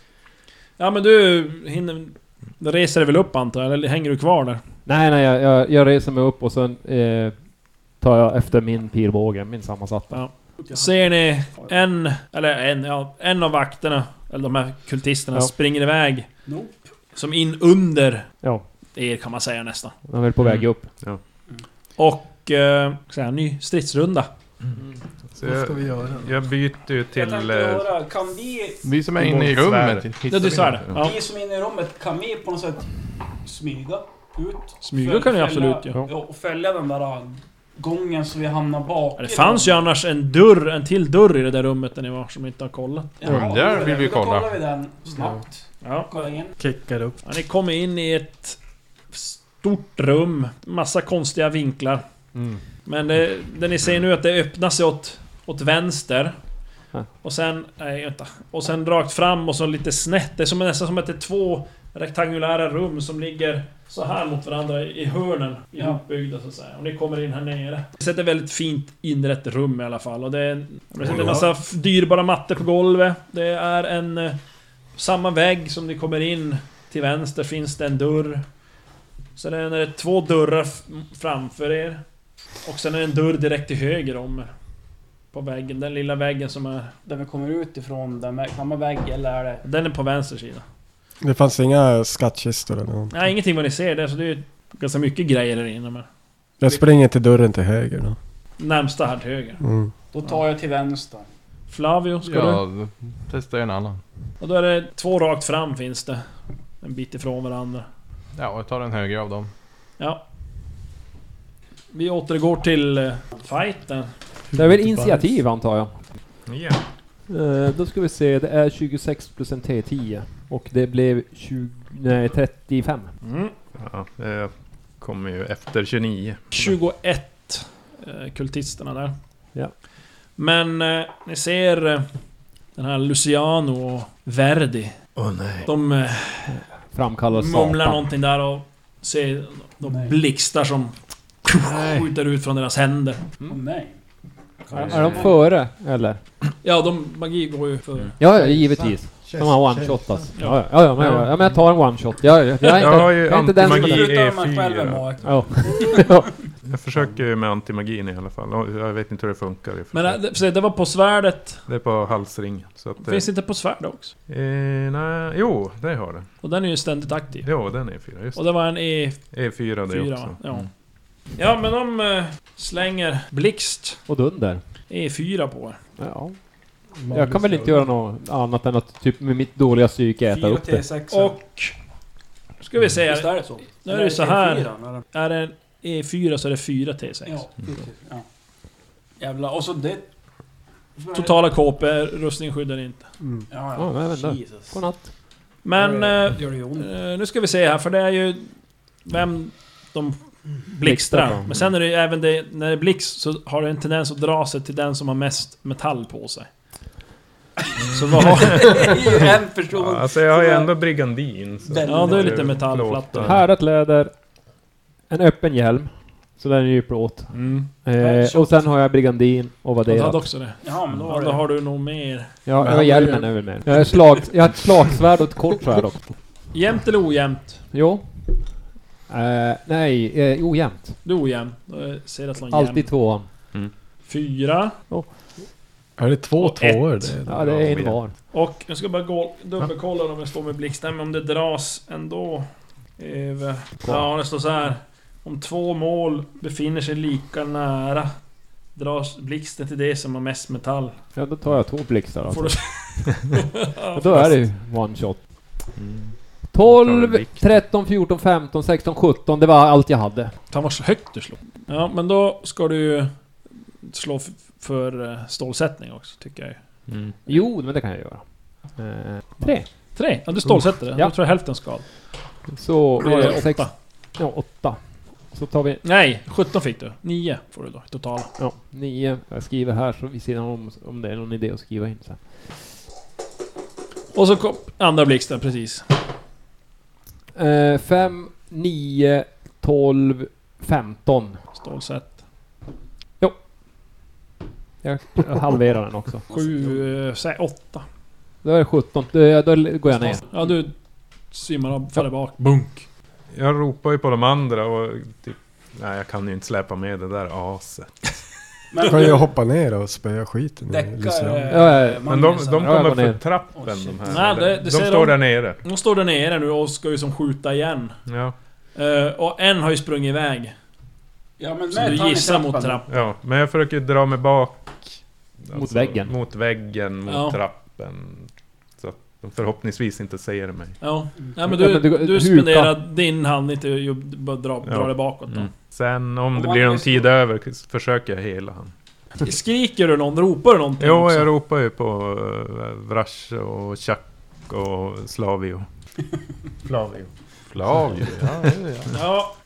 S2: Ja men du hinner... Då reser du väl upp antar jag? Eller hänger du kvar där?
S6: Nej, nej, jag, jag, jag reser mig upp och sen eh, tar jag efter min pilbåge, min sammansatta.
S2: Ser ni en, eller en, ja, en av vakterna, eller de här kultisterna,
S6: Ja.
S2: springer iväg.
S3: Nope.
S2: Som in under
S6: Ja,
S2: er kan man säga nästan.
S6: de är väl på väg
S4: Mm.
S6: upp.
S2: Och... Eh, så här, ny stridsrunda.
S4: Så
S5: Vad ska
S4: jag,
S5: vi göra?
S4: jag byter ju
S3: Jag
S4: till...
S3: tänkte
S4: eh,
S3: höra, kan vi...
S7: Vi som är inne i
S4: Svärd.
S7: rummet.
S2: Ja,
S7: hittar
S2: du
S7: vi
S2: svär
S7: något?
S2: det. Ja.
S3: Vi som är inne i rummet, kan vi på något sätt smyga ut?
S2: Smyga
S3: Fäll-
S2: kan ni
S3: fälla-
S2: absolut göra.
S3: Ja, och följa den där ah, gången så vi hamnar bak.
S2: Det fanns ju annars en dörr, en till dörr i det där rummet där ni var som inte har kollat.
S7: Ja, där vill vi
S3: Då
S7: kolla.
S3: kollar vi den snabbt.
S2: Ja.
S3: Kolla in.
S5: Kickar upp.
S2: ja ni kommer in i ett stort rum. Massa konstiga vinklar.
S6: Mm.
S2: Men det, det ni ser nu är att det öppnar sig åt, åt vänster.
S6: Ja.
S2: Och sen... Nej, vänta. Och sen rakt fram och så lite snett. Det är som, nästan som att det är två rektangulära rum som ligger så här mot varandra i hörnen, ihopbyggda så att säga. Och ni kommer in här nere. Det är ett väldigt fint inrett rum i alla fall. Och det är en, det sitter en massa f- dyrbara mattor på golvet. Det är en... eh, Samma vägg som ni kommer in till vänster finns det en dörr. Sen är det två dörrar f- framför er. Och sen är det en dörr direkt till höger om er. På väggen, den lilla väggen som är...
S3: Där vi kommer ut ifrån, den vä- samma vägg eller är det...
S2: Den är på vänster sida.
S5: Det fanns inga skattkistor eller något.
S2: Nej, ingenting vad ni ser där, så det är ju ganska mycket grejer där inne men...
S5: Jag springer till dörren till höger då.
S2: Närmsta här till höger.
S5: Mm.
S3: Då tar jag till vänster.
S2: Flavio, ska du?
S7: Ja, då testar jag en annan.
S2: Och då är det två rakt fram finns det. En bit ifrån varandra.
S7: Ja, jag tar den högra av dem.
S2: Ja. Vi återgår till eh, fighten.
S6: Det är väl initiativ antar jag?
S4: Igen.
S6: Eh, Då ska vi se, det är 26 plus en T10. Och det blev 20, nej, 35.
S2: Mm.
S4: Ja, det kommer ju efter 29.
S2: 21 eh, kultisterna där.
S6: Ja.
S2: Men eh, ni ser eh, den här Luciano och Verdi.
S4: Åh nej.
S2: De eh,
S6: Framkallar
S2: mumlar
S6: satan.
S2: någonting där och ser de
S3: Nej.
S2: blixtar som skjuter ut från deras händer.
S3: Åh, nej.
S6: Är de före eller?
S2: Ja, de, magi går ju för...
S6: Ja, ja givetvis. De har one-shotas. Ja, ja, ja, men, ja, men jag tar en one-shot. Ja, ja, jag är inte,
S4: Jag har ju
S6: jag är inte den som...
S4: antimagi.
S3: Förutom att man
S4: E4.
S3: själv är mak.
S6: Ja.
S4: Jag försöker ju med antimagin i alla fall. Och Jag vet inte hur det funkar. i och för
S2: Men
S4: sig.
S2: eh, det, precis, det var på svärdet.
S4: Det är på halsringen. Så att,
S2: Finns det inte på svärd också?
S4: eh, nej, jo, det har det.
S2: Och den är ju ständigt aktiv.
S4: Jo, den är fyra. Just
S2: Och det var en E4
S4: det. E4 det
S2: va?
S4: också. Mm.
S2: Ja. Ja, men de eh, slänger blixt
S6: Och dunder.
S2: E4 på er.
S6: Ja. Jag kan väl inte göra något annat än att typ med mitt dåliga psyke äta
S3: 4
S6: upp det.
S3: T6.
S2: Och... Ska vi se
S3: Visst
S2: här.
S3: är det så?
S2: Nu är det ju så här.
S3: Eller är det T4, eller?
S2: Är det en E4 så är det 4 T6.
S3: Ja, precis. Ja. Jävla... Och så det...
S2: Totala KP, rustning skyddar inte.
S5: Mm.
S3: Ja,
S6: Ja, men
S3: ja.
S6: vänta.
S3: Jesus.
S6: Godnatt.
S2: Men...
S3: Det
S2: Eh,
S3: gör det ju ont.
S2: eh, nu ska vi se här, för det är ju... Vem de blixtrar. Men sen är det ju även det... När det är blixt så har det en tendens att dra sig till den som har mest metall på sig. Så vad har...
S3: Det är ju en person.
S4: Ja, alltså jag har ju
S3: som är-
S4: ändå brigandin. Så
S3: Den-
S2: Ja, det är lite
S4: Plåtar.
S2: metallplattor.
S6: Härdat läder. En öppen hjälm. Så den är ju plåt.
S4: Mm.
S6: Eh, och sen har jag brigandin och
S2: Jag hade
S6: vadderat.
S2: också det.
S3: Ja, men då
S2: Ja,
S3: var
S2: då
S3: det...
S2: har du nog mer.
S6: Ja, jag har hjälmen är väl med. Jag, är slag, jag har ett slagsvärd och ett kort svärd också.
S2: Jämnt eller ojämnt?
S6: Jo. Eh, nej, eh, ojämnt.
S2: Du är ojämn. Eh, Då är Seratlon jämn.
S6: Alltid tvåan.
S2: Fyra.
S5: Är det två
S2: Och ett.
S5: tvåor det?
S6: Ja, det är en var.
S2: Och jag ska bara gå, dubbelkolla om det står med blixten, men om det dras ändå. Över. Ja, det står så här. Om två mål befinner sig lika nära dras blixten till det som har mest metall.
S6: Ja, då tar jag två blixtar
S2: Får
S6: alltså.
S2: du...
S6: Ja, då är det ju one shot. 12,
S4: blixt.
S6: 13, 14, 15, 16, 17. Det var allt jag hade.
S2: Fan vad så högt du slår. Ja, men då ska du ju slå f- för eh, stålsättning också, tycker jag ju.
S4: Mm.
S6: Jo, men det kan jag göra. Eh, tre.
S2: Tre! Ja, du stålsätter det.
S6: Ja.
S2: Då tror jag hälften skad.
S6: Så eh,
S2: Då var det
S6: sex-
S2: åtta.
S6: Ja, åtta. Så tar vi...
S2: Nej, 17 fick du. 9 får du då i totala.
S6: Ja, nio. Jag skriver här så vi ser om, om det är någon idé att skriva in sen.
S2: Och så kom andra blixten, precis.
S6: Eh, fem, nio, tolv, femton.
S2: Stålsätt.
S6: Jag halverar den också.
S3: eh,
S2: 7, 8.
S6: Då är det sjutton. Då, då går jag ner.
S2: Ja, du simmar och faller bak.
S4: Bunk. Jag ropar ju på de andra och typ... Nej, jag kan ju inte släpa med det där aset.
S5: Du kan ju hoppa ner och spöa skiten i Luciano.
S3: Däckar...
S6: Ja, ja.
S3: eh,
S4: Men de,
S3: Magnus
S4: de
S3: här.
S6: Ja, jag
S4: kommer
S6: går
S4: för
S6: ner.
S4: trappen
S3: Oh, shit.
S4: de här.
S2: Nej, det- det
S4: de
S2: ser
S4: står
S2: de-
S4: där nere.
S2: De står där nere nu och ska ju som skjuta igen.
S4: Ja,
S2: Eh, och en har ju sprungit iväg.
S3: Ja, men
S2: Så
S3: med
S2: du
S3: tand i
S2: gissar mot
S3: trappan.
S2: trappan.
S4: ja, men jag försöker dra mig bak. Alltså,
S6: väggen.
S4: Mot väggen, mot
S2: Ja.
S4: trappen. Så att de förhoppningsvis inte ser mig.
S2: Ja.
S3: Mm.
S2: Nej, men
S6: Ja,
S2: du,
S6: men du-
S2: du
S6: huka.
S2: spenderar din hand inte ju bara dra,
S4: Ja.
S2: dra det bakåt då.
S4: Mm. Sen om
S3: Om
S4: det
S3: man
S4: blir någon
S3: är så-
S4: tid över k- försöker jag hela han.
S2: Skriker du någon? Ropar du någonting
S4: Jo,
S2: också?
S4: jag ropar ju på eh, Vrash och Chuck och Slavio. Flavio.
S7: Flavio, ja, det är jag.
S2: Ja.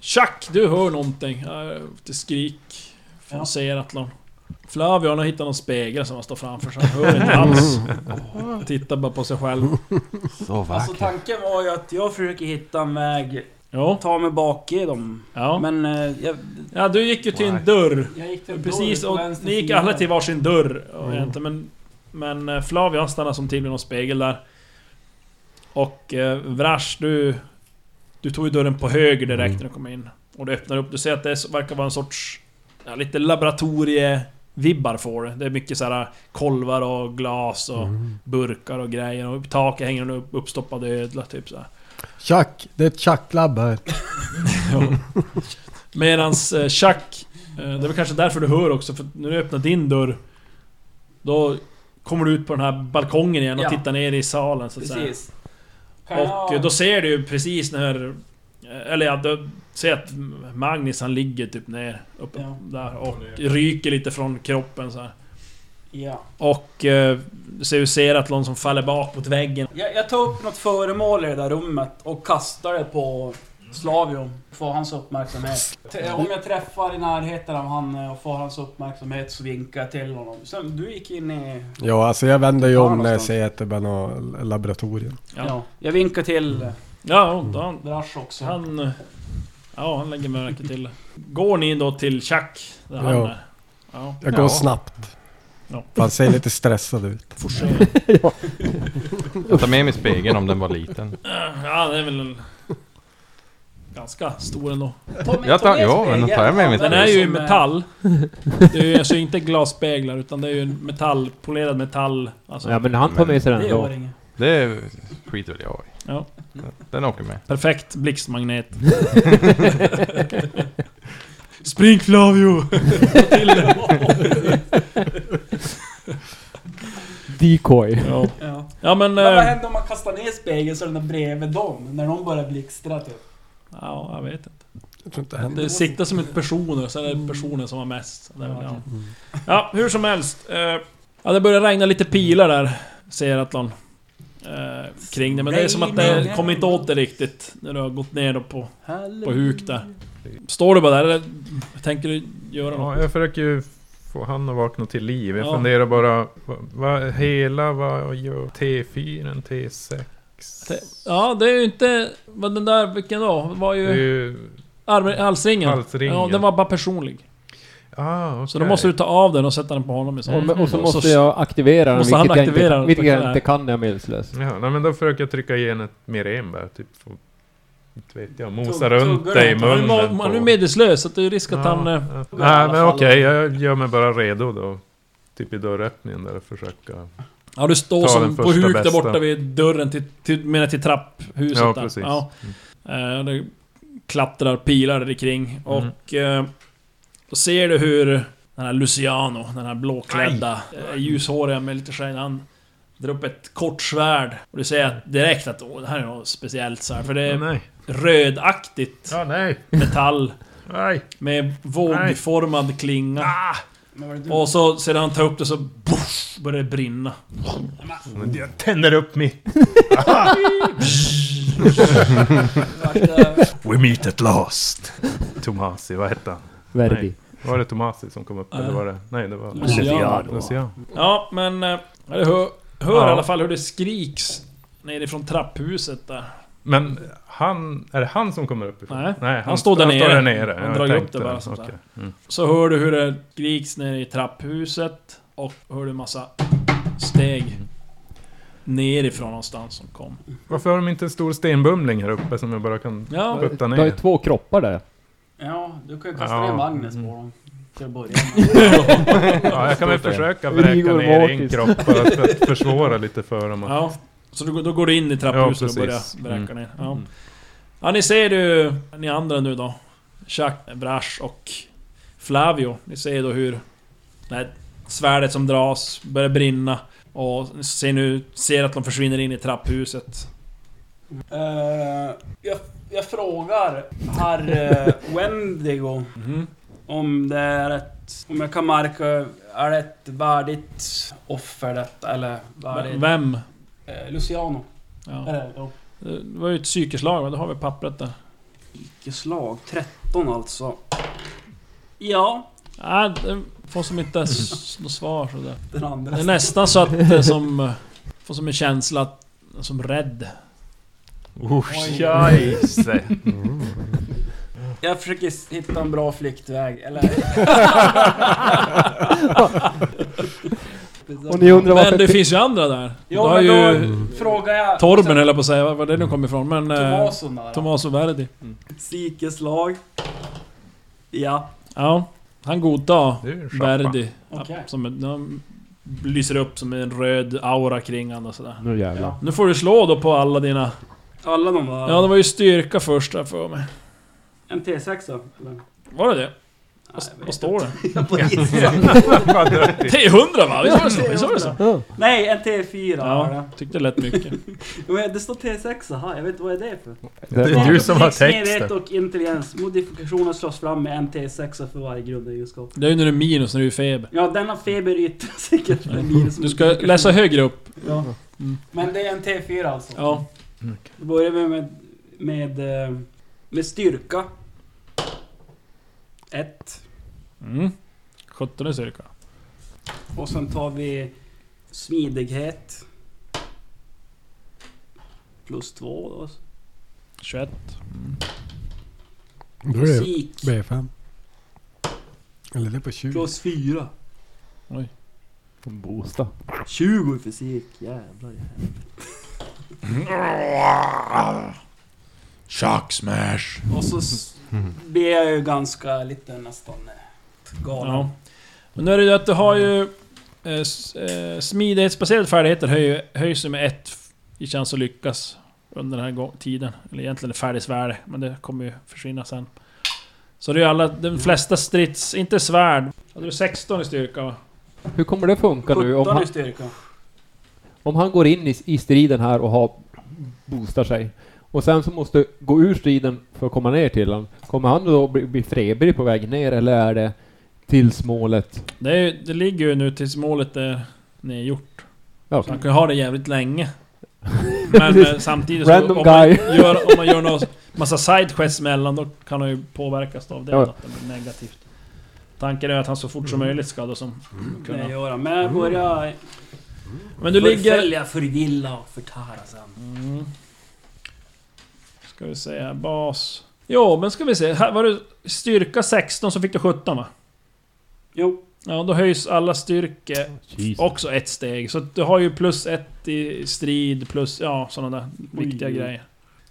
S2: Chuck, du hör någonting. Ja, Det skrik från
S3: Ja.
S2: Seratlon. Flavio han har hittat någon spegel som han står framför så han hör inte alls. Han Tittar bara på sig själv.
S7: Så
S3: Alltså tanken var ju att jag försöker hitta en väg,
S2: Jo,
S3: ta mig bak i dem.
S2: ja.
S3: Men eh, jag,
S2: ja, du gick ju till en
S7: Why?
S2: dörr.
S3: jag gick till
S2: Precis,
S3: dörren på
S2: och
S3: vänster
S2: ni gick
S3: sida. Mm.
S2: alla till varsin dörr. och egentligen, Men, men eh, Flavio han stannade som till vid någon spegel där. Och eh, Vrash, du... Du tog ju dörren på höger direkt
S3: Mm.
S2: när du kom in. Och du öppnar upp, du ser att det är- verkar vara en sorts... Ja, lite laboratorievibbar får det. Det är mycket så här eh, kolvar och glas och
S3: Mm.
S2: burkar och grejer. Och i taket hänger en upp, uppstoppad ödla typ så här.
S5: Tjack! Det är ett tjacklabb här.
S2: Medans eh, Chuck, eh, det är väl kanske därför du hör också, för när du öppnar din dörr Då kommer du ut på den här balkongen igen och
S3: Ja.
S2: tittar ner i salen så att säga.
S3: Precis.
S2: Och eh, då ser du ju precis när... eh, Eller ja, du ser att Magnus han ligger typ ner uppe
S3: Ja.
S2: där och ryker lite från kroppen så här.
S3: Ja.
S2: Och eh, du ser, du ser att någon som faller bak mot väggen
S3: Jag, jag tar upp något föremål i det där rummet och kastar det på Slavion. Får hans uppmärksamhet. T- Om jag träffar i närheten av han eh, och får hans uppmärksamhet så vinkar jag till honom. Sen, du gick in i...
S5: Ja, alltså jag vänder ju
S3: Var
S5: om när jag
S3: någonstans?
S5: säger att det bara är något laboratorium.
S2: Ja.
S3: Ja. jag vinkar till eh,
S2: Ja, och då,
S3: Brash också.
S2: Han... Ja, han lägger märke till det. Går ni då till Chuck? Där han
S5: Ja.
S2: är? Ja.
S5: Jag går
S7: Ja.
S5: snabbt.
S2: Ja.
S5: För han ser lite stressad ut.
S7: Jag tar med mig spegeln om den var liten.
S2: ja, det är väl en... Ganska stor ändå.
S3: Ta med-
S7: Jag tar-
S3: ta med
S7: ja, men
S3: spegeln.
S7: tar jag med mig
S2: Den
S3: Använd
S2: är
S3: det
S2: ju i
S3: som, eh,
S2: metall. Det är ju alltså inte glasspeglar utan det är ju en metall, polerad metall. Alltså,
S6: Ja men han tar med sig den
S3: Det
S6: då.
S3: gör inget.
S7: Det skiter väl jag i.
S2: Ja.
S7: Den åker med.
S2: perfekt blixtmagnet. Spring Flavio! Ta till det.
S6: Decoy.
S2: ja.
S3: Ja.
S2: ja men...
S3: Men vad
S2: eh,
S3: händer om man kastar ner spegeln så är den där bredvid dem? När de börjar blixtra typ.
S2: Ja, jag vet inte.
S5: Jag tror inte det händer.
S2: Det siktar som ett personer, sen är det personen som har mest. Det är väl, ja. ja, hur som helst. eh, Ja, det börjar regna lite pilar där, säger Atlan. eh, Kring det, men det är som att det kommer inte åt det riktigt. När du har gått ner då på, på huk där. Står du bara där eller tänker du göra något?
S4: Ja, jag försöker ju få han att vakna till liv. Jag
S2: Ja.
S4: funderar bara, vad, vad, hela, vad gör T4, T6?
S2: Te- Ja, det är ju inte... Vad den där, vilken då? Det var
S4: Det är
S2: ju
S4: ju
S2: arm, halsringen.
S4: halsringen.
S2: Ja, den var bara personlig.
S4: ah, okej.
S2: Så då måste du ta av den och sätta den på honom i så fall.
S6: Och, och så måste jag aktivera den,
S2: Mm. Måste han
S6: vilket jag
S2: aktivera den?
S6: inte, vilket
S2: Tack. Mm.
S6: jag inte kan när jag är medvetslös.
S4: Ja, nej, men då försöker jag trycka igen ett merenbär, typ. Få, inte vet jag, mosa
S3: Tugg-
S4: runt
S3: tuggar
S4: dig i
S3: runt.
S4: munnen.
S2: Han är- han är
S4: på-
S2: ju medelslös, så att det är risk att han... eh,
S4: ja.
S3: alla
S4: Nej, men
S3: fall.
S4: okej, jag gör mig bara redo då. Typ i dörröppningen där och försöka...
S2: Ja, du står
S4: Ta
S2: som
S4: den
S2: på
S4: första
S2: huk där
S4: bästa.
S2: borta vid dörren till, till, menar till trapphuset
S4: Ja,
S2: där.
S4: precis.
S2: Ja, Eh, Det klattrar pilar
S4: Mm.
S2: kring och... eh, Då ser du hur den här Luciano, den här blåklädda, eh, ljushåriga med lite skägg, han drar upp ett kort svärd. Och du ser att direkt att åh, det här är något speciellt så här, för det är
S4: nej.
S2: rödaktigt
S4: Ja, nej.
S2: metall
S4: Nej.
S2: med vågformad klinga.
S3: Ah! Men var det du?
S2: Och så sedan han tar upp det så boff, börjar det brinna.
S4: Mm. Jag tänder upp mitt... We meet at last. Tomasi, vad hette han?
S6: Verdi.
S4: Var det Tomasi som kom upp? Eller var det... Nej, det var...
S2: Luciano.
S4: Luciano.
S2: Ja, men... eh, Jag hör, hör
S4: Ja.
S2: i alla fall hur det skriks nerifrån trapphuset där.
S4: Men han... Är det han som kommer uppifrån?
S2: Nej,
S4: nej
S2: han står där
S4: han
S2: nere.
S4: Står där nere.
S2: Han
S4: Jag
S2: drar ju upp
S4: tänkte
S2: det bara, som
S4: okej.
S2: så här.
S4: Mm.
S2: Så hör du hur det skriks nere i trapphuset och hör du massa steg nerifrån någonstans som kom.
S4: Varför har de inte en stor stenbumling här uppe som jag bara kan...
S2: Ja,
S4: Putta
S6: Du
S4: ner.
S6: har ju två kroppar
S2: Mm.
S6: där.
S3: Ja, du kan ju kasta
S4: Ja.
S3: ner Magnus på dem. Till att börja
S4: Ja, jag kan väl försöka
S6: Rigor
S4: vräka ner en
S6: Mortis.
S4: kropp bara för att försvåra lite för dem. att-
S2: ja. Så då, går- då går du in i trapphuset
S4: Ja,
S2: och börjar
S4: precis.
S2: vräka
S4: Mm.
S2: ner. Ja. ja, ni ser ju... Ni andra nu då. Chuck, Brash och Flavio. Ni ser då hur... Det här svärdet som dras börjar brinna. Och ni ser nu... Ser att de försvinner in i trapphuset.
S3: med. Eh, jag, jag frågar herr eh, Wendigo
S2: Mhm.
S3: om det är ett... Om jag kan märka... Är det ett värdigt offer detta? Eller
S2: V-
S3: värdigt...
S2: Vem?
S3: Eh, Luciano. Är
S2: Ja.
S3: det? Ja.
S2: Det var ju ett psykeslag, men då har vi pappret där.
S3: Vilket slag. 13 alltså. Ja.
S2: Nej, det får som inte s- något svar sådär.
S3: Den andra.
S2: Det är nästan så att det är som... eh, Får som en känsla att... Som rädd.
S4: Scheisse.
S3: Jag försöker s- hitta en bra flyktväg, eller...
S6: Och ni undrar varför...
S2: Men det finns ju andra där.
S3: Ja,
S2: du har
S3: men då-
S2: ju...
S3: Frågar jag...
S2: Torben höll jag på att säga, var det nu kom ifrån. Men... eh,
S3: Tomason där.
S2: Tomaso Verdi.
S3: Sikeslag. Ja.
S2: Ja. Han godtar
S4: Det är ju en schappa.
S2: Verdi.
S3: Okej.
S2: Som en, han lyser upp som en röd aura kring honom och sådär.
S6: Nu jävlar.
S2: Nu får du slå då på alla dina...
S3: Alla de där.
S2: Ja, det var ju styrka först där för mig.
S3: En T6 eller?
S2: Var det det? Vad,
S3: Nej, jag
S2: vad
S3: vet
S2: står det?
S3: inte. Jag bara gissar.
S2: T100 va? Visst var det så? Visst var det så?
S6: Ja.
S3: Nej, en T4 var
S2: Ja,
S3: det.
S2: tyckte det lät mycket.
S3: Jo, men Det står T6 här, jag vet inte vad är det för?
S4: Det är du som har
S3: Smidighet
S4: texten.
S3: och intelligens. Modifikationer slås fram med en T6 för varje grundegenskap.
S2: Det är ju när det är minus, när det är feber.
S3: Ja, denna feber yttrar säkert med minus
S2: Mm. Du ska läsa högre upp.
S3: Ja.
S2: Mm.
S3: Men det är en T4 alltså?
S2: Ja.
S3: Då börjar vi med, med, eh, med styrka. 1.
S2: Mm. 17 är styrka.
S3: Och sen tar vi smidighet. Plus 2 då.
S2: 21.
S5: Då är det
S3: Musik.
S5: B5. Eller det är på 20.
S3: Plus 4.
S6: Från Bosta.
S3: 20 i fysik. Jävlar.
S8: Chuck smash.
S3: Och så s- blir jag ju ganska lite nästan eh, galen.
S2: Ja. Men nu är det ju att du har ju... Eh, s- eh, smidighetsbaserade färdigheter höj, höjs ju med ett f- i chans att lyckas under den här gå- tiden. Eller egentligen är färdigsvärde, men det kommer ju försvinna sen. Så det är ju alla... De flesta strids... Inte svärd. Hade du 16 i styrka va?
S6: Hur kommer det funka nu om
S3: 17
S6: han,
S3: i styrka.
S6: om han går in i, i striden här och har, boostar sig? Och sen så måste gå ur striden för att komma ner till honom. Kommer han då bli, bli frebrig på väg ner eller är det tills målet?
S2: Det, är, ju- det ligger ju nu tills målet är nedgjort.
S6: Ja,
S2: Så han kan ju ha det jävligt länge. Men eh, samtidigt så...
S6: Random
S2: om,
S6: guy.
S2: Man gör, om man gör någon massa sidequests mellan, då kan han ju påverkas av det.
S6: Ja. Mm.
S2: Att det blir negativt. Tanken är att han så fort som möjligt ska då som...
S3: Kunna.
S2: Kunna.
S3: Mm. Nej, göra. Men jag
S2: Mm.
S3: börjar
S2: Men du ligger...
S3: förfölja, förvilla och förtära sen.
S2: Mm. Ska vi se här, bas... Jo, men ska vi se. Här var du styrka 16 så fick du 17 va?
S3: Jo.
S2: Ja, då höjs alla styrke
S6: Jesus.
S2: också ett steg. Så att du har ju plus ett i strid, plus ja, sådana där viktiga
S3: Oj.
S2: grejer.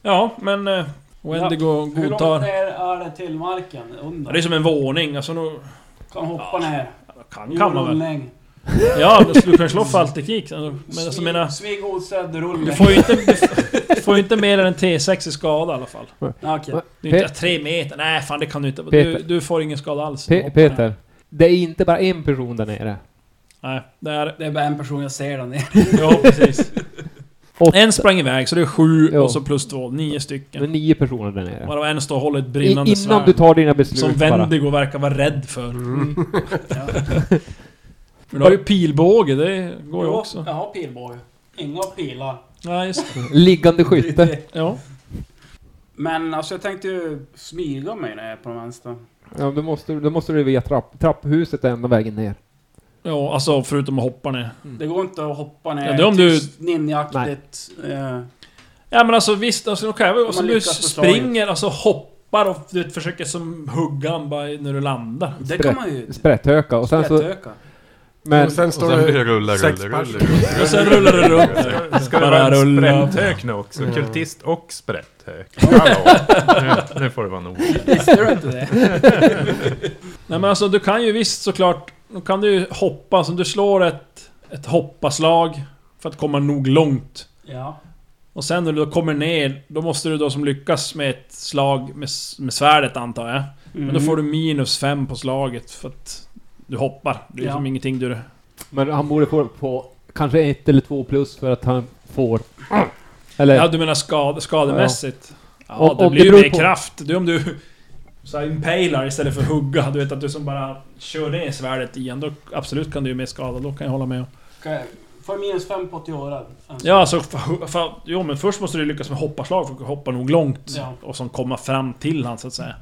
S2: Ja, men... Eh, Wendigo
S3: Hur långt
S2: godtar...
S3: ner är det till marken? Under?
S2: Ja, det är som en våning, alltså nog...
S3: Kan hoppa ner.
S2: Kan, kan man väl?
S3: Rullning.
S2: Ja, du skulle kunna slå för allt teknik. Alltså, men alltså
S3: Svig-
S2: menar...
S3: Svig osedd rullning.
S2: Du får ju inte... Du får- du får ju inte mer än en T6 i skada i alla fall.
S3: Ja, Okej.
S2: Det är ju inte tre meter, nej fan det kan du inte. Du,
S6: Peter.
S2: du får ingen skada alls.
S6: Pe- Peter, det är inte bara en person där nere.
S2: Nej, det är...
S3: Det är bara en person jag ser där nere.
S2: Ja, precis.
S6: Åtta,
S2: En sprang iväg, så det är sju
S6: Ja.
S2: och så plus två, nio
S6: det är
S2: stycken.
S6: nio personer där nere.
S2: Varav en står och håller ett
S6: I,
S2: brinnande
S6: innan
S2: svärd.
S6: du tar dina beslut
S2: Som
S6: bara. Mm.
S2: Wendigo verkar vara rädd för. Mm. Men du har ju pilbåge, det går ju
S3: Jo,
S2: också.
S3: Jag har pilbåge. Inga pilar.
S2: Ja, just det.
S6: Liggande skytte.
S2: Ja.
S3: Men alltså jag tänkte ju smyga mig när jag är på den vänster.
S6: Ja, då måste, då måste du via trapp, trapphuset är enda vägen ner.
S2: ja, alltså förutom att hoppa ner.
S3: Det går inte att hoppa ner
S2: Mm. Ja, det är om du-
S3: tyst, ninjaaktigt. Eh,
S2: Ja men alltså visst, alltså, okay,
S3: man
S2: alltså, du
S3: lyckas på slaget.
S2: springer, alltså hoppar och du vet, försöker som hugga han bara när du landar.
S3: det kan man ju...
S6: Sprätthöka och sen så...
S3: Sprättöka.
S6: Men
S5: och sen
S7: Och
S5: står
S7: sen blir det
S5: det...
S7: rulla,
S5: sex
S7: rulla, rulla,
S5: match.
S7: rulla.
S2: Och sen rullar du runt.
S4: Ska det
S2: Bara
S4: vara en
S2: rulla.
S4: sprätthök nu också? Kultist och sprätthök. Hallå! Nu, nu får det vara nog.
S3: Visste du inte det?
S2: Nej men alltså du kan ju visst såklart, då kan du ju hoppa, som du slår ett, ett hoppaslag för att komma nog långt.
S3: Ja.
S2: Och sen när du då kommer ner, då måste du då som lyckas med ett slag med, s- med svärdet antar jag. Men
S3: Mm.
S2: då får du minus fem på slaget för att du hoppar. Det är
S3: Ja.
S2: som ingenting du...
S6: Men han borde få på kanske ett eller två plus för att han får... Eller...
S2: Ja, du menar skad, skademässigt? Ja,
S6: Och-
S2: det
S6: och
S2: blir
S6: det
S2: ju
S6: beror
S2: mer
S6: på-
S2: kraft. Du, om du så här impalar istället för hugga, du vet att du som bara kör ner svärdet igen, då absolut kan du ju mer skada, då kan jag hålla med om.
S3: Okej. Får jag minus fem på till året.
S2: Ja, alltså... För, för, jo, men först måste du lyckas med hopparslag för att hoppa nog långt.
S3: Ja.
S2: Och som komma fram till han så att säga.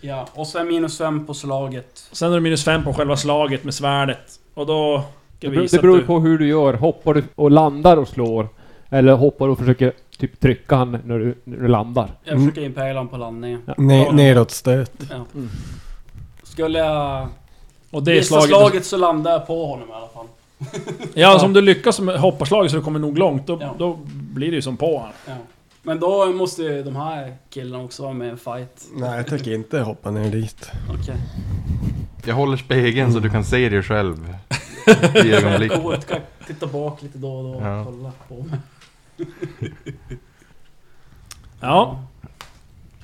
S3: Ja, och sen minus fem på slaget.
S2: Sen är det minus fem på själva slaget med svärdet. Och då... Ska
S6: Det
S2: vi
S6: beror,
S2: visa
S6: det
S2: att
S6: beror
S2: du...
S6: på hur du gör. Hoppar du och landar och slår? Eller hoppar och försöker typ trycka han när du, när du landar?
S3: Jag försöker impala honom på landningen.
S5: Ne- nedåtstöt.
S3: Skulle jag
S2: Och det är
S3: missa
S2: slaget...
S3: slaget, så landar jag på honom i alla fall.
S2: Ja, alltså om du lyckas med hopparslaget så du kommer nog långt, då,
S3: Ja.
S2: då blir det ju som på han.
S3: Ja. Men då måste ju de här killarna också vara med i en fight.
S5: Nej, jag tänker inte hoppa ner dit.
S3: Okej.
S7: Jag håller spegeln så du kan se dig själv. I ögonblick.
S3: Jag går- kan titta bak lite då och då och
S7: Ja.
S3: kolla på mig.
S2: Ja.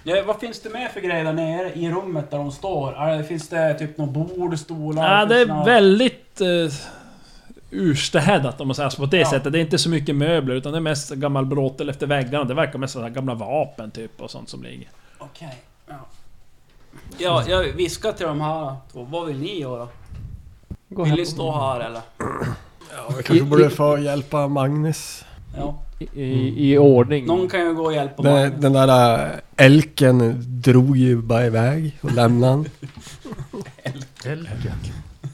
S3: Ja, vad finns det mer för grejer där nere i rummet där de står? Är det- Finns det typ något bord, stolar?
S2: ja.
S3: finns
S2: Det
S3: några-
S2: är väldigt... Eh, urstädat om man säger så på det
S3: Ja.
S2: sättet. Det är inte så mycket möbler utan det är mest gammal bråtel efter väggarna. Det verkar mest sådana här gamla vapen typ och sånt som ligger.
S3: Okej. Ja. ja, jag viskar till de här två. Vad vill ni göra?
S6: Gå
S3: Vill
S6: hem.
S3: ni stå här eller?
S5: Ja, vi kanske borde få hjälpa Magnus.
S3: Ja.
S6: I, i, I ordning.
S3: Någon kan ju gå och hjälpa mig.
S5: Den, den där äh, älken drog ju bara iväg och lämnade han.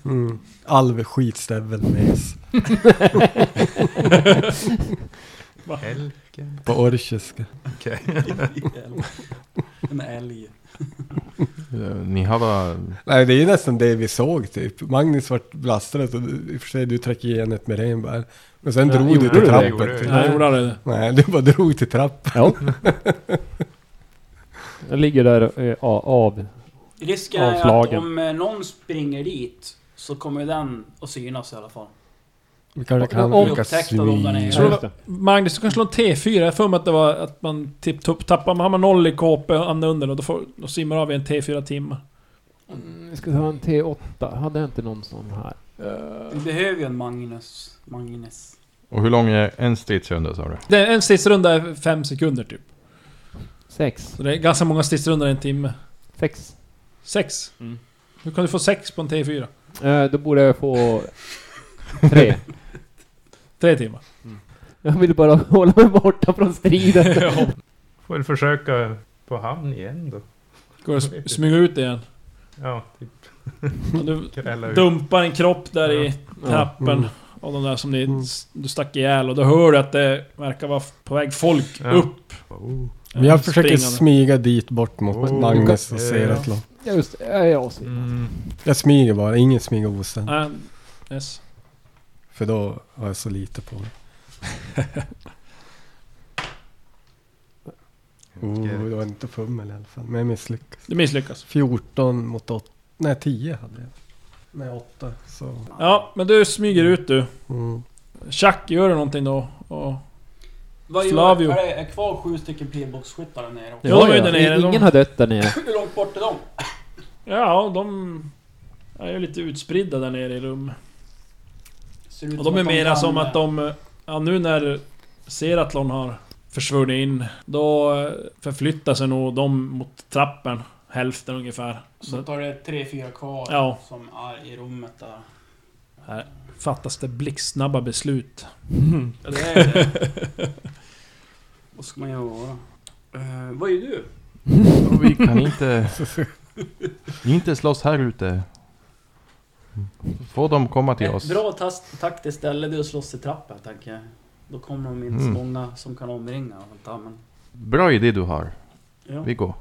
S5: Mm. Alv skitstävel mes. På orkiska.
S3: En älg.
S7: Eh, Ni har bara...
S5: Nej, det är ju nästan det vi såg typ. Magnus vart blastret och du- i och för sig du träck igen ett med renbär. Men sen
S6: Ja,
S5: drog du
S6: gjorde
S5: till
S6: du det?
S5: trappen.
S4: Gjorde du
S5: typ.
S4: det?
S2: Ja, jag gjorde det.
S5: Nej, du bara drog till trappen.
S6: Ja. Den ligger där eh, a- av.
S3: Risken är att
S6: Avslagen.
S3: om eh, någon springer dit så kommer den att synas i alla fall.
S5: Vi kanske
S6: Ja,
S5: kan
S6: om-
S5: lyckas
S3: Upptäckta dem där nere.
S2: Tror
S5: smyga.
S2: du
S6: Just det.
S2: Magnus, du kan slå en T4. Jag har för mig att det var att man tipp, tupp, tappar... Man har man noll i KP och hamnar under och då, får, då simmar av i en T4 timmar.
S6: Mm, vi ska ta en T8. Hade jag inte någon sån här?
S3: Vi behöver ju en Magnus. Magnus.
S7: Och hur lång är en stridsrunda sa du?
S2: Det, en stridsrunda är fem sekunder typ.
S6: Sex.
S2: Så det är ganska många stridsrundor i en timme.
S6: Sex.
S2: Sex?
S6: Mm.
S2: Hur kan du få sex på en T4?
S6: Eh, då borde jag få tre.
S2: Tre timmar?
S6: Jag vill bara hålla mig borta från striden.
S4: Får väl försöka på hamn igen då.
S2: Går det att sm- smyga ut igen?
S4: Ja, typ
S2: Och Du
S4: kräla ut.
S2: dumpar en kropp där i trappen.
S5: Mm.
S2: Av de där som ni,
S5: Mm.
S2: s- du stack ihjäl och då hör du att det verkar vara f- på väg folk
S4: Ja.
S2: upp.
S4: Oh.
S2: eh,
S5: Jag försöker
S2: springande.
S5: smyga dit bort mot
S4: Oh.
S5: Magnus och
S4: Ja.
S5: Seratlon.
S6: Ja, Just det. Jag är avsvidd.
S4: Mm.
S5: Jag smyger bara, ingen smyger osen.
S2: Nej, yes.
S5: För då har jag så lite på mig. Oh, det var inte fummel i alla fall, men jag misslyckades.
S2: Du misslyckas.
S5: 14 mot 8, nej 10 hade jag. Nej 8, så...
S2: Ja, men du smyger ut du.
S5: Mm.
S2: Tjack, gör du någonting då? Och,
S3: Vad gör-
S2: Slavio.
S3: Är det är kvar sju stycken pilbågsskyttar där nere?
S2: Ja, de är ju där nere,
S6: Ingen
S2: de-
S6: har dött där nere.
S3: Hur långt bort är de?
S2: ja, de... Är ju lite utspridda där nere i rum.
S3: Ser ut
S2: Och de är mera
S3: kan-
S2: som att de... Ja, nu när Seratlon har försvunnit in, då eh, förflyttar sig nog de mot trappen. Hälften ungefär.
S3: Så
S2: Så
S3: tar det tre, fyra kvar
S2: Ja.
S3: som är i rummet där.
S2: fattas det blixtsnabba beslut.
S3: Ja, det är det. Vad ska man göra? Eh, vad är du?
S7: Och vi kan inte... Inte slåss här ute. Få dem komma till oss.
S3: Ett bra tas- taktiskt ställe det är att slåss i trappan tänker jag. Då kommer de inte så
S7: Mm.
S3: många som kan omringa och sånt där, men...
S7: Bra idé du har.
S3: Ja.
S7: Vi går.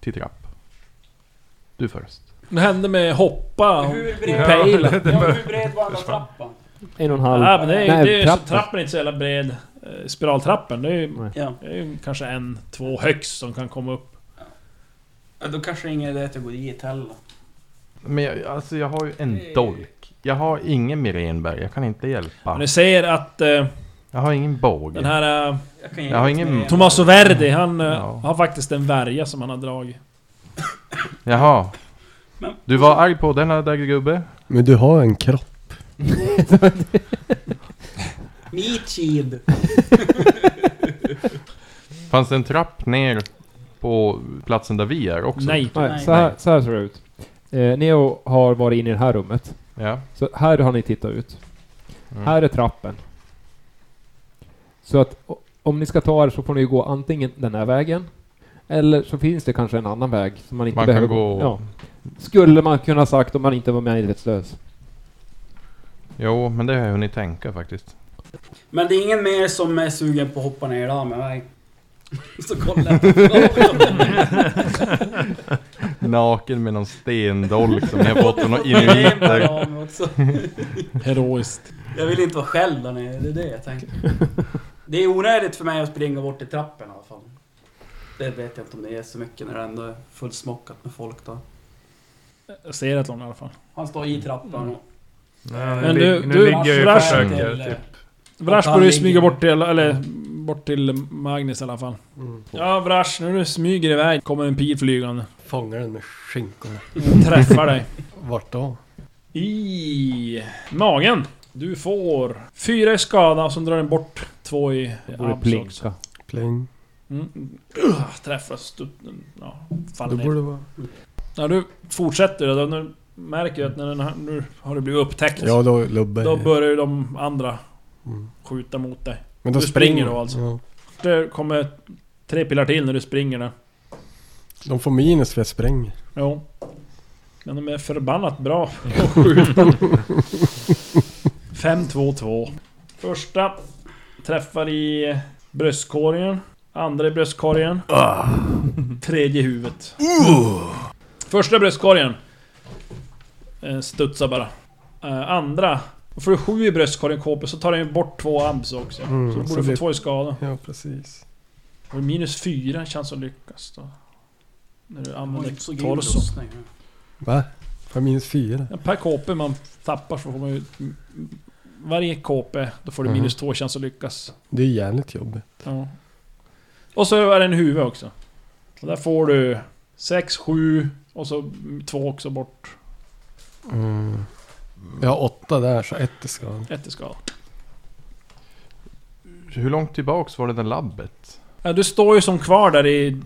S7: Till trapp. Du först.
S2: Det hände med hoppa och
S3: Hur
S2: i
S3: bred,
S2: pejlen.
S3: ja, hur bred var den där trappan?
S6: En och en halv.
S2: Ja, men det är, ju- det är, ju så
S6: trappen.
S2: trappen är inte så jävla bred. eh, Spiraltrappen, det är ju...
S6: Nej.
S3: Ja.
S2: Det är ju kanske en, två högst som kan komma upp.
S3: Ja, Då kanske det är ingen idé att jag går dit heller.
S7: Men jag, alltså jag har ju en dolk. Jag har ingen Mirenberg, jag kan inte
S2: Men
S7: hjälpa.
S2: Ni ser att eh,
S7: Jag har ingen båge.
S2: den här eh,
S3: Jag, kan
S7: Jag har
S3: hjälpa
S7: ingen-
S3: till.
S2: Tommaso Verdi, han eh,
S7: Ja.
S2: har faktiskt en värja som han har dragit.
S7: Jaha.
S3: Men-
S7: Du var arg på den här där gubbe?
S5: Men du har en kropp.
S3: Meat shield!
S7: Fanns det en trapp ner på platsen där vi är också?
S2: Nej.
S6: Nej,
S3: Nej,
S6: så, här, så här ser det ut. Eh, Neo har varit inne i det här rummet.
S7: Ja.
S6: Så här har ni tittat ut.
S7: Mm.
S6: Här är trappen. Så att o- om ni ska ta er så får ni gå antingen den här vägen Eller så finns det kanske en annan väg som man inte
S7: Man kan
S6: behöver
S7: gå-
S6: Ja. Skulle man kunna sagt om man inte var medvetslös.
S7: Jo, men det har jag hunnit tänka faktiskt.
S3: Men det är ingen mer som är sugen på att hoppa ner där med mig. Så kolla efter.
S7: Naken med någon stendolk som ni har fått från någon
S3: Problem där
S7: inuiter.
S3: av mig också.
S2: Heroiskt.
S3: Jag vill inte vara själv där nere, det är det jag tänker. Det är onödigt för mig att springa bort i trappen i alla fall. Det vet jag inte om det är så mycket när det ändå är fullsmockat med folk då.
S2: Jag ser att hon i alla fall.
S3: Han står i trappan och...
S4: Nej,
S2: Men
S4: nu,
S2: du-
S4: lig- nu
S2: du-
S4: ligger jag ju och
S2: Flash-
S4: försöker typ.
S2: Vrash
S3: Och
S2: borde
S3: han
S2: ju
S3: ligger-
S2: smyga bort till, eller bort till Magnus i alla fall. Ja Vrash, nu du smyger iväg kommer en pil flygande.
S5: Fångar den med skinkorna.
S2: Träffar dig.
S5: Vart då?
S2: I magen. Du får fyra i skada och så drar den bort två i
S6: Borde
S2: abs också.
S6: plinka.
S5: Pling.
S2: Mm. Ugh, Träffas du... Ja, faller
S5: Då
S2: ner.
S5: borde det vara...
S2: När du fortsätter då, nu märker du att när den här, nu har du blivit upptäckt.
S5: Ja, då lubbar
S2: Då
S5: jag.
S2: börjar ju de andra
S5: Mm.
S2: skjuta mot dig.
S5: Men då
S2: du springer
S5: springer
S2: då alltså?
S5: Ja.
S2: Det kommer tre pilar till när du springer där.
S5: De får minus för jag spränger.
S2: Jo. Men de är förbannat bra på att skjuta. 5-2-2. Första träffar i bröstkorgen. Andra i bröstkorgen. Tredje i huvudet. Första bröstkorgen. Eh, Studsar bara. Eh, Andra. Då får du sju i bröstkorgen KP, så tar den ju bort två abs också.
S5: Mm,
S2: så du
S5: så
S2: borde få
S5: det-
S2: två i skada.
S5: Ja, precis.
S2: Har du minus fyra chans att lyckas då? När du
S3: Oj,
S2: använder
S3: grym
S2: torso.
S3: rustning.
S5: Va? Får jag minus fyra?
S2: Ja, Per KP man tappar så får man ju... Varje KP, då får du
S5: Mhm.
S2: minus två chans att lyckas.
S5: Det är jävligt jobbigt.
S2: Ja. Och så är det en huvud också. Så där får du 6, 7 och så två också bort.
S5: Mm. Jag har åtta där, så ett är skadat.
S2: Ett i skada.
S7: Hur långt tillbaks var det där labbet?
S2: Ja, du står ju som kvar där i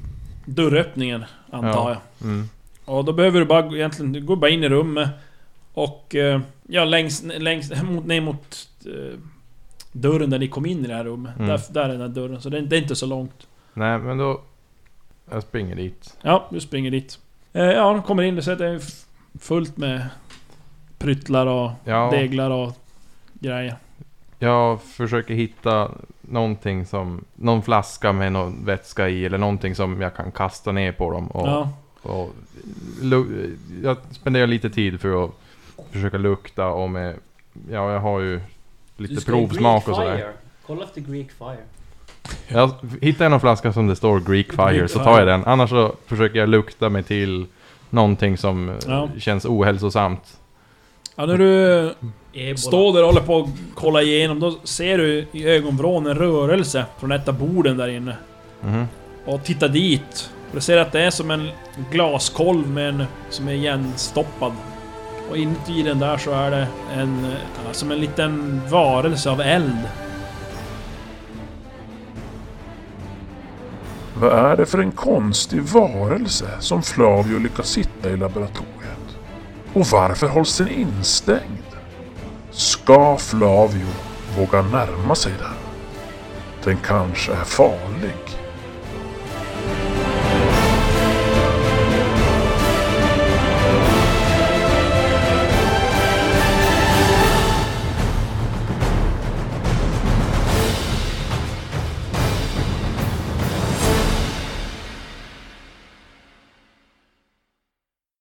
S2: dörröppningen, antar
S7: Ja.
S2: jag.
S7: Mm.
S2: Och då behöver du bara gå- egentligen, du går bara in i rummet och... eh, Ja, längst, längst mot, ner mot eh, dörren där ni kom in i det här rummet.
S7: Mm.
S2: Där, där är den här dörren, så det, är- det är inte så långt.
S7: Nej, men då... Jag springer dit.
S2: Ja, du springer dit. Eh, ja, de kommer in. Du ser att det är f- fullt med pryttlar och
S7: Ja,
S2: deglar och grejer.
S7: jag försöker hitta någonting som... Någon flaska med någon vätska i eller någonting som jag kan kasta ner på dem. Och,
S2: Ja.
S7: och, lu- jag spenderar lite tid för att försöka lukta och med... Ja, jag har ju
S3: Du
S7: lite
S3: ska ju
S7: provsmak
S3: Greek
S7: och sådär.
S3: Fire. Kolla efter Greek Fire.
S7: Jag hittar jag någon flaska som det står Greek Fire så tar jag den. Annars så försöker jag lukta mig till någonting som eh,
S2: Ja.
S7: känns ohälsosamt.
S2: ja, när du
S3: Ebola.
S2: står där och håller på och kollar igenom, då ser du i ögonvrån en rörelse från ett av borden där inne.
S7: Mhm.
S2: Och tittar dit. Du ser att det är som en glaskolv med en, som är igenstoppad. Och inuti den där så är det en, eh, som en liten varelse av eld.
S1: Vad är det för en konstig varelse som Flavio lyckats hitta i laboratoriet? Och varför hålls den instängd? Ska Flavio våga närma sig den? Den kanske är farlig.